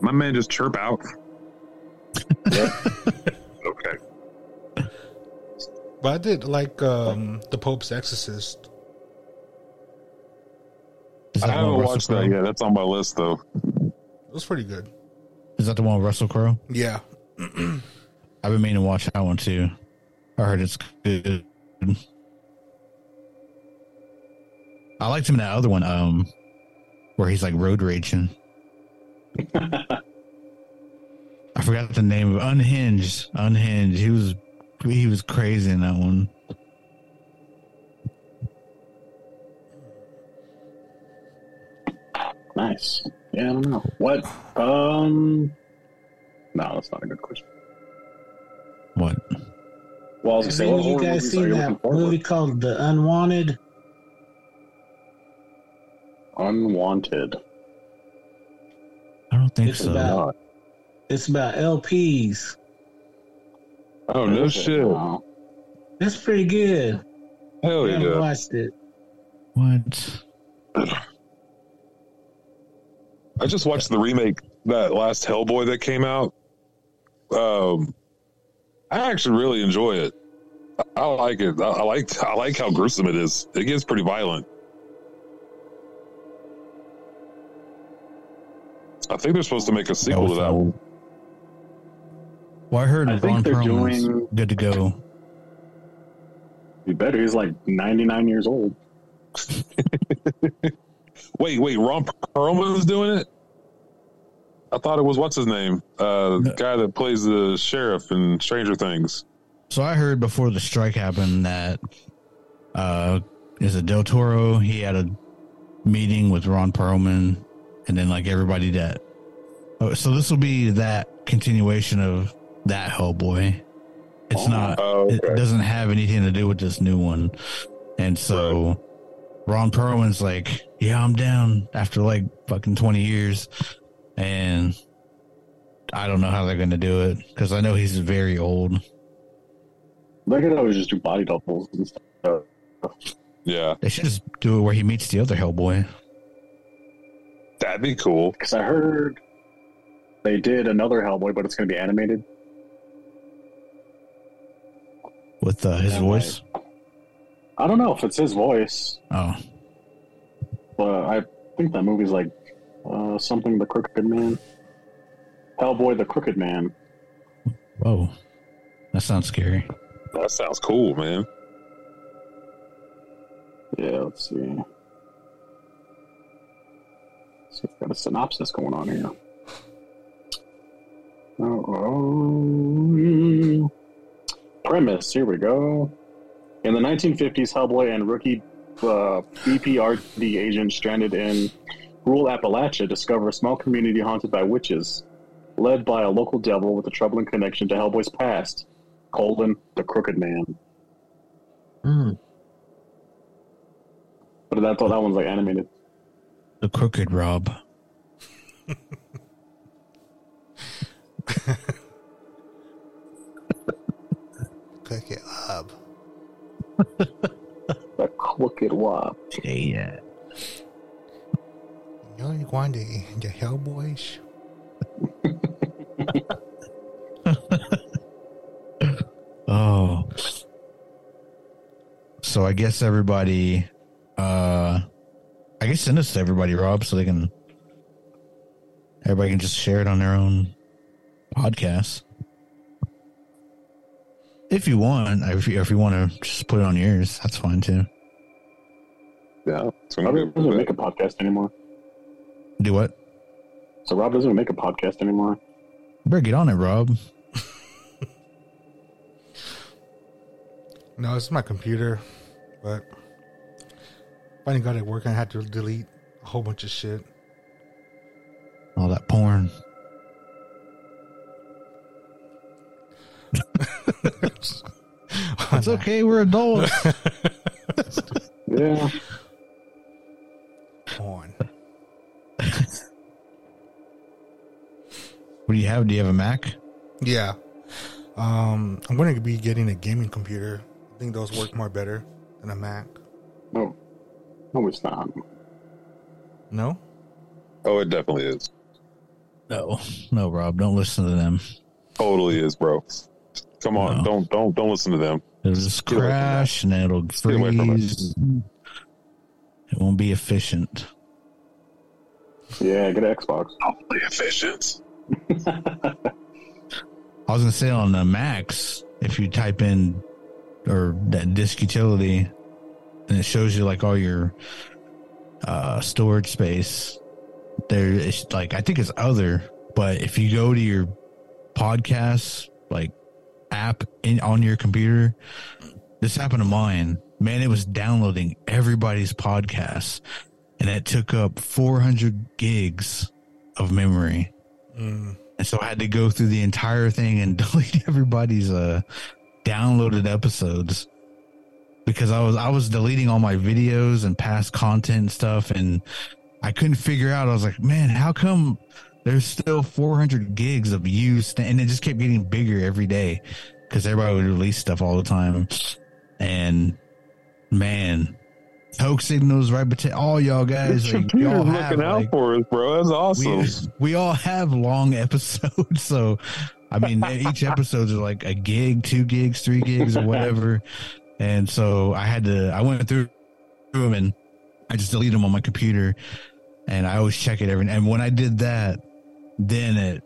Speaker 7: My man just chirp out. okay.
Speaker 1: But I did like um, the Pope's Exorcist.
Speaker 5: Is
Speaker 7: I
Speaker 5: that, the one
Speaker 7: haven't
Speaker 5: with
Speaker 7: watched
Speaker 5: Russell
Speaker 7: that
Speaker 5: Crowe?
Speaker 7: yet. That's on my list, though.
Speaker 1: It was pretty good.
Speaker 5: Is that the one with Russell Crowe?
Speaker 1: Yeah,
Speaker 5: I've been meaning to watch that one too. I heard it's good. I liked him in that other one, um, where he's like road raging. I forgot the name of Unhinged. Unhinged. He was he was crazy in that one.
Speaker 4: Nice. Yeah, I don't know. What? Um. No, that's not a good question.
Speaker 5: What?
Speaker 4: Well, I was gonna
Speaker 6: Have
Speaker 4: say, what
Speaker 6: any
Speaker 4: horror
Speaker 6: of you guys
Speaker 4: movies are
Speaker 6: seen
Speaker 4: you looking
Speaker 6: that movie
Speaker 4: forward?
Speaker 6: called The Unwanted?
Speaker 4: Unwanted.
Speaker 5: I don't think
Speaker 6: It's
Speaker 5: so.
Speaker 6: about- It's about LPs.
Speaker 7: Oh, no shit.
Speaker 4: Wow.
Speaker 6: That's pretty good.
Speaker 7: Hell
Speaker 6: I haven't
Speaker 7: yeah.
Speaker 6: watched it.
Speaker 5: What?
Speaker 7: I just watched the remake, that last Hellboy that came out. Um, I actually really enjoy it. I, I like it. I, I like I like how gruesome it is. It gets pretty violent. I think they're supposed to make a sequel to that one.
Speaker 5: Well, I heard
Speaker 4: I think
Speaker 5: Ron
Speaker 4: they're
Speaker 5: Perlman's
Speaker 4: doing-
Speaker 5: good to go.
Speaker 4: Be better. He's like 99 years old.
Speaker 7: Wait, wait, Ron Perlman's doing it? I thought it was what's his name? Uh the guy that plays the sheriff in Stranger Things.
Speaker 5: So I heard before the strike happened that uh is it Del Toro? He had a meeting with Ron Perlman and then like everybody that oh, so this will be that continuation of that Hellboy. It's
Speaker 4: Oh,
Speaker 5: not
Speaker 7: Oh,
Speaker 5: it doesn't have anything to do with this new one. And so Ron Perlman's like, Yeah, I'm down after like fucking 20 years. And I don't know how they're going to do it because I know he's very old.
Speaker 4: They could always just do body doubles and stuff.
Speaker 7: Yeah.
Speaker 5: They should just do it where he meets the other Hellboy.
Speaker 7: That'd be cool.
Speaker 4: Because I heard they did another Hellboy, but it's going to be animated.
Speaker 5: With uh, his
Speaker 4: Yeah,
Speaker 5: voice.
Speaker 4: I don't know if it's his voice,
Speaker 5: Oh,
Speaker 4: but I think that movie's like uh, something the Crooked Man. Hellboy the Crooked Man.
Speaker 5: whoa. That sounds scary.
Speaker 7: That sounds cool, man.
Speaker 4: Yeah, let's see. see if I've got a synopsis going on here. Uh-oh. Premise, here we go. In the 1950s, Hellboy and rookie uh, BPRD agent stranded in rural Appalachia discover a small community haunted by witches, led by a local devil with a troubling connection to Hellboy's past, Colin the Crooked Man. But I thought that one's like animated.
Speaker 5: The Crooked Rob.
Speaker 1: click it up.
Speaker 4: The Crooked Wop.
Speaker 5: Yeah.
Speaker 1: You know you want the the Hellboys?
Speaker 5: Oh. So I guess everybody, uh, I guess send this to everybody, Rob, so they can, everybody can just share it on their own podcast. If you want, if you, if you want to just put it on yours, that's fine too.
Speaker 7: Yeah.
Speaker 4: Rob doesn't make a podcast anymore.
Speaker 5: Do what?
Speaker 4: So Rob doesn't make a podcast anymore.
Speaker 5: Better get on it, Rob.
Speaker 1: No, it's my computer, but finally got it working. I had to delete a whole bunch of shit.
Speaker 5: All that porn. It's okay. We're adults.
Speaker 4: Yeah.
Speaker 1: Porn.
Speaker 5: what do you have? Do you have a Mac?
Speaker 1: Yeah. Um, I'm going to be getting a gaming computer. I think those work more better than a Mac.
Speaker 4: No. No, it's not.
Speaker 1: No?
Speaker 7: Oh, it definitely is.
Speaker 5: No, no, Rob. Don't listen to them.
Speaker 7: Totally is, bro. Come on,
Speaker 5: No.
Speaker 7: don't don't don't listen to them.
Speaker 5: It'll just
Speaker 7: Get away from
Speaker 5: crash and it'll
Speaker 7: away from it.
Speaker 5: freeze. It won't be efficient.
Speaker 4: Yeah, get an Xbox.
Speaker 7: Play efficient.
Speaker 5: I was gonna say on the Macs, if you type in or that disk utility, and it shows you like all your uh, storage space. There is like I think it's other, but if you go to your podcasts like app in on your computer, this happened to mine. Man, it was downloading everybody's podcasts, and it took up 400 gigs of memory.
Speaker 1: Mm.
Speaker 5: And so I had to go through the entire thing and delete everybody's uh downloaded episodes because I was I was deleting all my videos and past content and stuff and I couldn't figure out I was like, "Man, how come there's still 400 gigs of used and it just kept getting bigger every day cuz everybody would release stuff all the time." And man, Coke signals right between all y'all guys.
Speaker 7: This
Speaker 5: like,
Speaker 7: computer's
Speaker 5: y'all
Speaker 7: looking
Speaker 5: have,
Speaker 7: out
Speaker 5: like,
Speaker 7: for us, bro. That's awesome.
Speaker 5: we, we all have long episodes so i mean each episode's like a gig two gigs three gigs or whatever and so i had to i went through them and i just deleted them on my computer and i always check it every and when i did that then it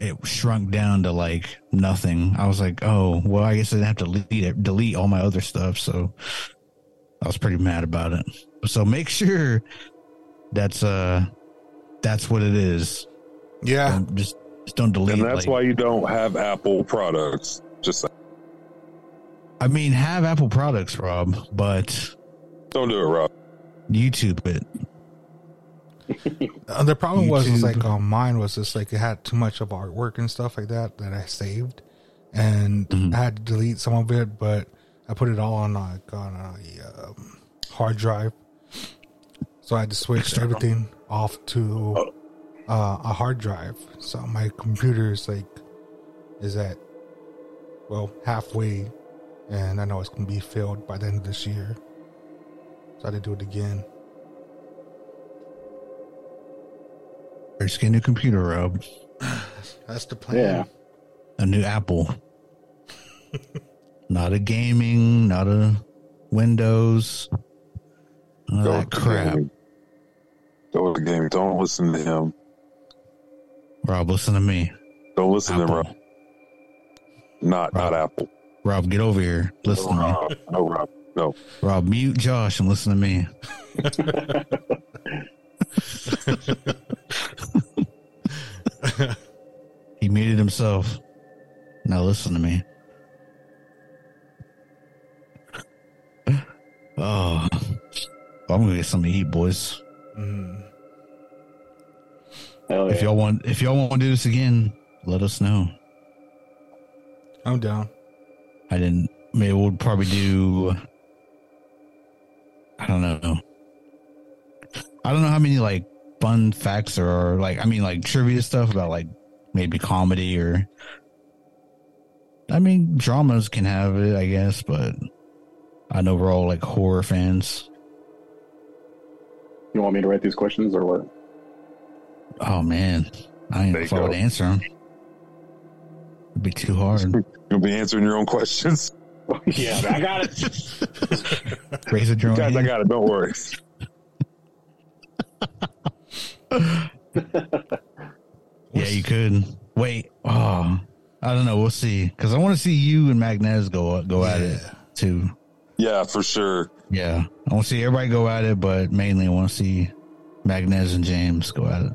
Speaker 5: it shrunk down to like nothing i was like oh well i guess i didn't have to delete it delete all my other stuff so i was pretty mad about it so make sure that's uh that's what it is.
Speaker 1: Yeah.
Speaker 5: Don't- just, just don't delete.
Speaker 7: and that's
Speaker 5: like-
Speaker 7: why you don't have Apple products. Just saying.
Speaker 5: I mean, have Apple products, Rob, but
Speaker 7: don't do it, Rob.
Speaker 5: YouTube it.
Speaker 1: Uh, the problem was, was
Speaker 5: YouTube.
Speaker 1: like on mine was just like it had too much of artwork and stuff like that that I saved, and
Speaker 5: Mhm.
Speaker 1: I had to delete some of it, but I put it all on like on a um, hard drive, so I had to switch everything off to uh, a hard drive. So my computer is like is at well halfway, and I know it's gonna be filled by the end of this year, so I had to do it again.
Speaker 5: Or just get a new computer, Rob.
Speaker 1: That's the plan.
Speaker 4: Yeah.
Speaker 5: A new Apple. not a gaming, not a Windows. None of
Speaker 7: Go
Speaker 5: that
Speaker 7: with the
Speaker 5: Ah, crap.
Speaker 7: gaming. Go with the gaming. Don't listen to him.
Speaker 5: Rob, listen to me.
Speaker 7: Don't listen to him,
Speaker 5: Apple.
Speaker 7: Rob. Not not Apple.
Speaker 5: Rob, get over here. Listen to
Speaker 7: no,
Speaker 5: me.
Speaker 7: Rob. No, Rob. No.
Speaker 5: Rob, mute Josh and listen to me. he muted himself. Now listen to me. Oh, I'm gonna get something to eat, boys.
Speaker 1: Mm.
Speaker 4: Hell
Speaker 5: If
Speaker 4: yeah.
Speaker 5: y'all want, if y'all want to do this again, let us know.
Speaker 1: I'm down.
Speaker 5: I didn't. Maybe we'll probably do. I don't know. I don't know how many like fun facts there are. Like, I mean, like trivia stuff about like maybe comedy or. I mean, dramas can have it, I guess, but I know we're all like horror fans.
Speaker 4: You want me to write these questions or what?
Speaker 5: Oh man, I ain't
Speaker 7: There you
Speaker 5: if I would
Speaker 7: go.
Speaker 5: answer them. It'd be too hard.
Speaker 7: You'll be answering your own questions.
Speaker 4: yeah, I got it.
Speaker 5: Raise a drone.
Speaker 7: Guys, I
Speaker 5: hand.
Speaker 7: got it. Don't worry.
Speaker 5: Yeah, you could. Wait. Oh, I don't know. We'll see. Because I want to see you and Magnez go go at it too.
Speaker 7: Yeah, for sure.
Speaker 5: Yeah, I want to see everybody go at it, but mainly I want to see Magnez and James go at it.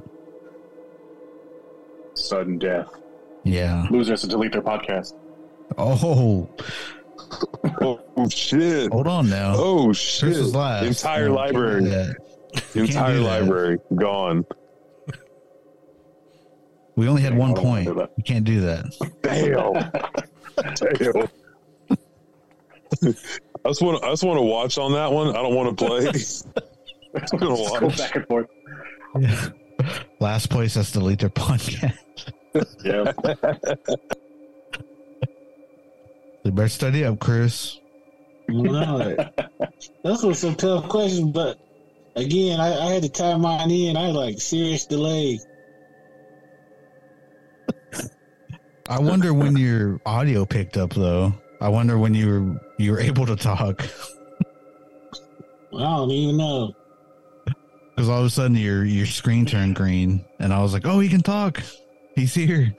Speaker 4: Sudden death.
Speaker 5: Yeah.
Speaker 4: Losers to delete their podcast.
Speaker 5: Oh,
Speaker 7: Oh shit.
Speaker 5: hold on now.
Speaker 7: Oh shit.
Speaker 5: Chris was last.
Speaker 7: Entire
Speaker 5: Yeah,
Speaker 7: library.
Speaker 5: yeah. can't
Speaker 7: Entire
Speaker 5: do that.
Speaker 7: library gone.
Speaker 5: We only had one
Speaker 4: I don't wanna
Speaker 5: point.
Speaker 4: do that.
Speaker 5: You can't do that.
Speaker 2: Damn. Damn. I just want. I just want to watch on that one. I don't want to play. I'm gonna
Speaker 4: Just go
Speaker 2: watch.
Speaker 4: back and forth.
Speaker 5: Last place has to delete their podcast.
Speaker 4: Yeah.
Speaker 5: You better study up, Chris.
Speaker 6: Lord. Those were some tough questions, but again, I, I had to tie mine in. I had like serious delay.
Speaker 5: I wonder when your audio picked up though. I wonder when you were you were able to talk
Speaker 6: I don't even know.
Speaker 5: because all of a sudden your your screen turned green and I was like, oh, he can talk. He's here.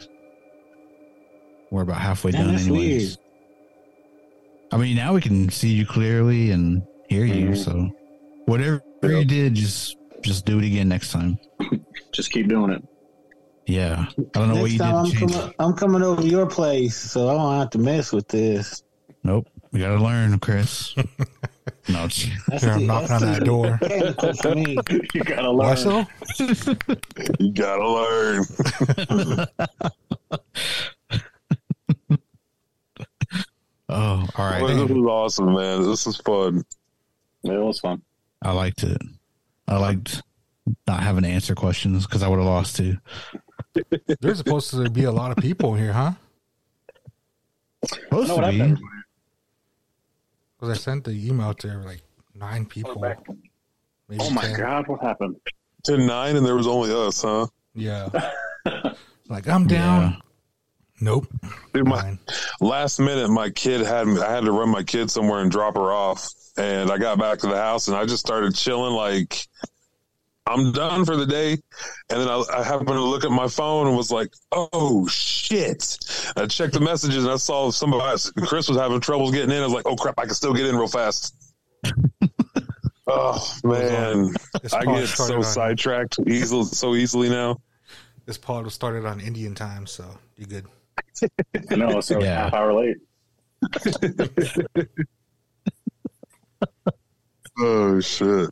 Speaker 5: We're about halfway
Speaker 6: Man,
Speaker 5: done,
Speaker 6: that's
Speaker 5: anyways.
Speaker 6: weird.
Speaker 5: I mean, now we can see you clearly and hear you.
Speaker 6: Mm-hmm.
Speaker 4: Mhm.
Speaker 5: So, whatever you did, just just do it again next time.
Speaker 4: Just keep doing it.
Speaker 5: Yeah, I don't know what you
Speaker 6: Next
Speaker 5: did.
Speaker 6: time
Speaker 5: to
Speaker 6: I'm
Speaker 5: change
Speaker 6: coming,
Speaker 5: it.
Speaker 6: I'm coming over to your place, so I don't have to mess with this.
Speaker 5: Nope, we gotta learn, Chris. no, it's-
Speaker 6: That's
Speaker 1: Yeah,
Speaker 6: too-
Speaker 1: I'm knocking on
Speaker 6: that's
Speaker 1: that
Speaker 6: too
Speaker 1: door.
Speaker 6: technical for me.
Speaker 4: You gotta learn.
Speaker 1: Why so?
Speaker 2: You gotta learn.
Speaker 5: oh, all right.
Speaker 2: Well, this is awesome, man. This is fun.
Speaker 4: It was fun.
Speaker 5: I liked it. I liked not having to answer questions because I would have lost too.
Speaker 1: There's supposed to be a lot of people here, huh?
Speaker 5: Supposed
Speaker 4: No,
Speaker 5: to
Speaker 4: what
Speaker 5: be.
Speaker 4: happened?
Speaker 1: Because I sent the email to like nine people. Maybe
Speaker 4: Oh my
Speaker 1: 10.
Speaker 4: god, what happened?
Speaker 2: To nine, and there was only us, huh?
Speaker 1: Yeah. like I'm down.
Speaker 5: Yeah.
Speaker 1: Nope.
Speaker 2: Dude, my
Speaker 1: Nine.
Speaker 2: last minute, my kid had me. I had to run my kid somewhere and drop her off, and I got back to the house and I just started chilling. Like I'm done for the day, and then I, I happened to look at my phone and was like, "Oh shit!" I checked the messages and I saw somebody. Chris was having troubles getting in. I was like, "Oh crap! I can still get in real fast." oh man,
Speaker 1: This
Speaker 2: I
Speaker 1: pod started
Speaker 2: get so
Speaker 1: on,
Speaker 2: sidetracked easily, so easily now.
Speaker 1: This pod was started on Indian time, so you good.
Speaker 4: No, so
Speaker 5: Yeah.
Speaker 4: half hour late.
Speaker 2: Oh shit!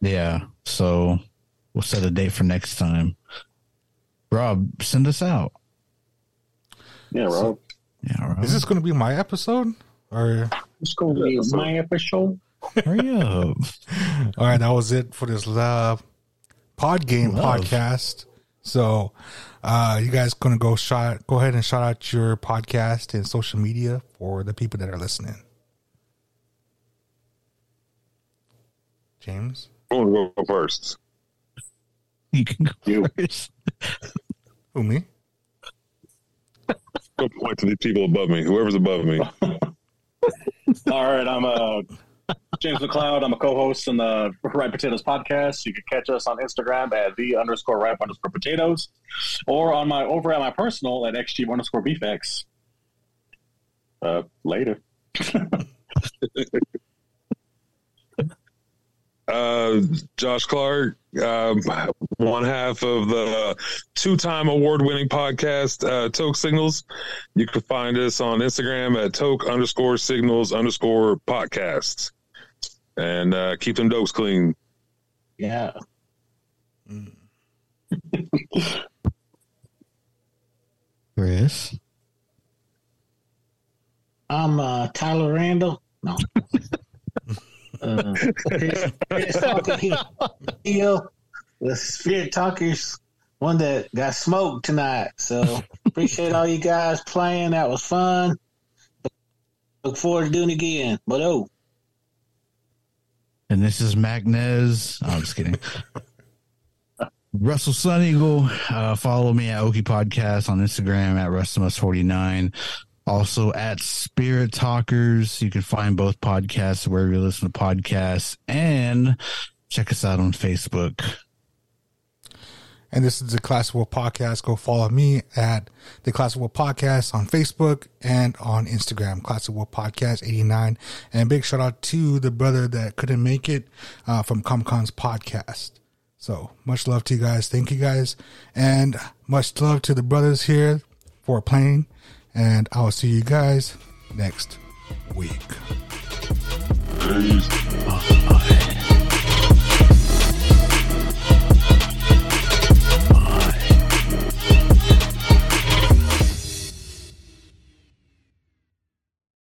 Speaker 5: Yeah. So we'll set a date for next time. Rob, send us out.
Speaker 4: Yeah, Rob.
Speaker 5: Yeah, Rob.
Speaker 1: Is this going to be my episode? Or
Speaker 4: It's gonna be my official.
Speaker 5: Hurry up.
Speaker 1: all right, that was it for this love pod game
Speaker 5: Love.
Speaker 1: podcast. So, uh, you guys going to go shot? Go ahead and shout out your podcast and social media for the people that are listening. James,
Speaker 2: I want to go first.
Speaker 5: You can go
Speaker 4: You.
Speaker 5: first.
Speaker 1: who me?
Speaker 2: Go point to the people above me. Whoever's above me.
Speaker 4: All right, I'm uh, James McLeod. I'm a co-host on the Ripe Potatoes podcast. You can catch us on Instagram at the underscore ripe underscore potatoes, or on my over at my personal at xg underscore beefx. Uh, later.
Speaker 2: uh, Josh Clark, um, one half of the two-time award-winning podcast uh, Toke Signals. You can find us on Instagram at Toke underscore Signals underscore podcast, and uh, keep them dokes clean.
Speaker 6: Yeah.
Speaker 1: Mm.
Speaker 5: Chris.
Speaker 6: I'm uh, Tyler Randall. No. uh, Chris- Chris Talker here. Deal. The Spirit Talkers, one that got smoked tonight. So appreciate all you guys playing. That was fun. Look forward to doing it again. But oh,
Speaker 5: And this is Magnez. I'm just kidding. Russell Sun Eagle. Uh, follow me at Okie Podcast on Instagram at Rustimus49. Also at Spirit Talkers. You can find both podcasts wherever you listen to podcasts. And check us out on Facebook.
Speaker 1: And this is the Class War Podcast. Go follow me at the Class War Podcast on Facebook and on Instagram, Class War Podcast 89. And big shout out to the brother that couldn't make it uh, from Comic Con's podcast. So much love to you guys. Thank you guys. And much love to the brothers here for playing. And I'll see you guys next week.
Speaker 5: All right.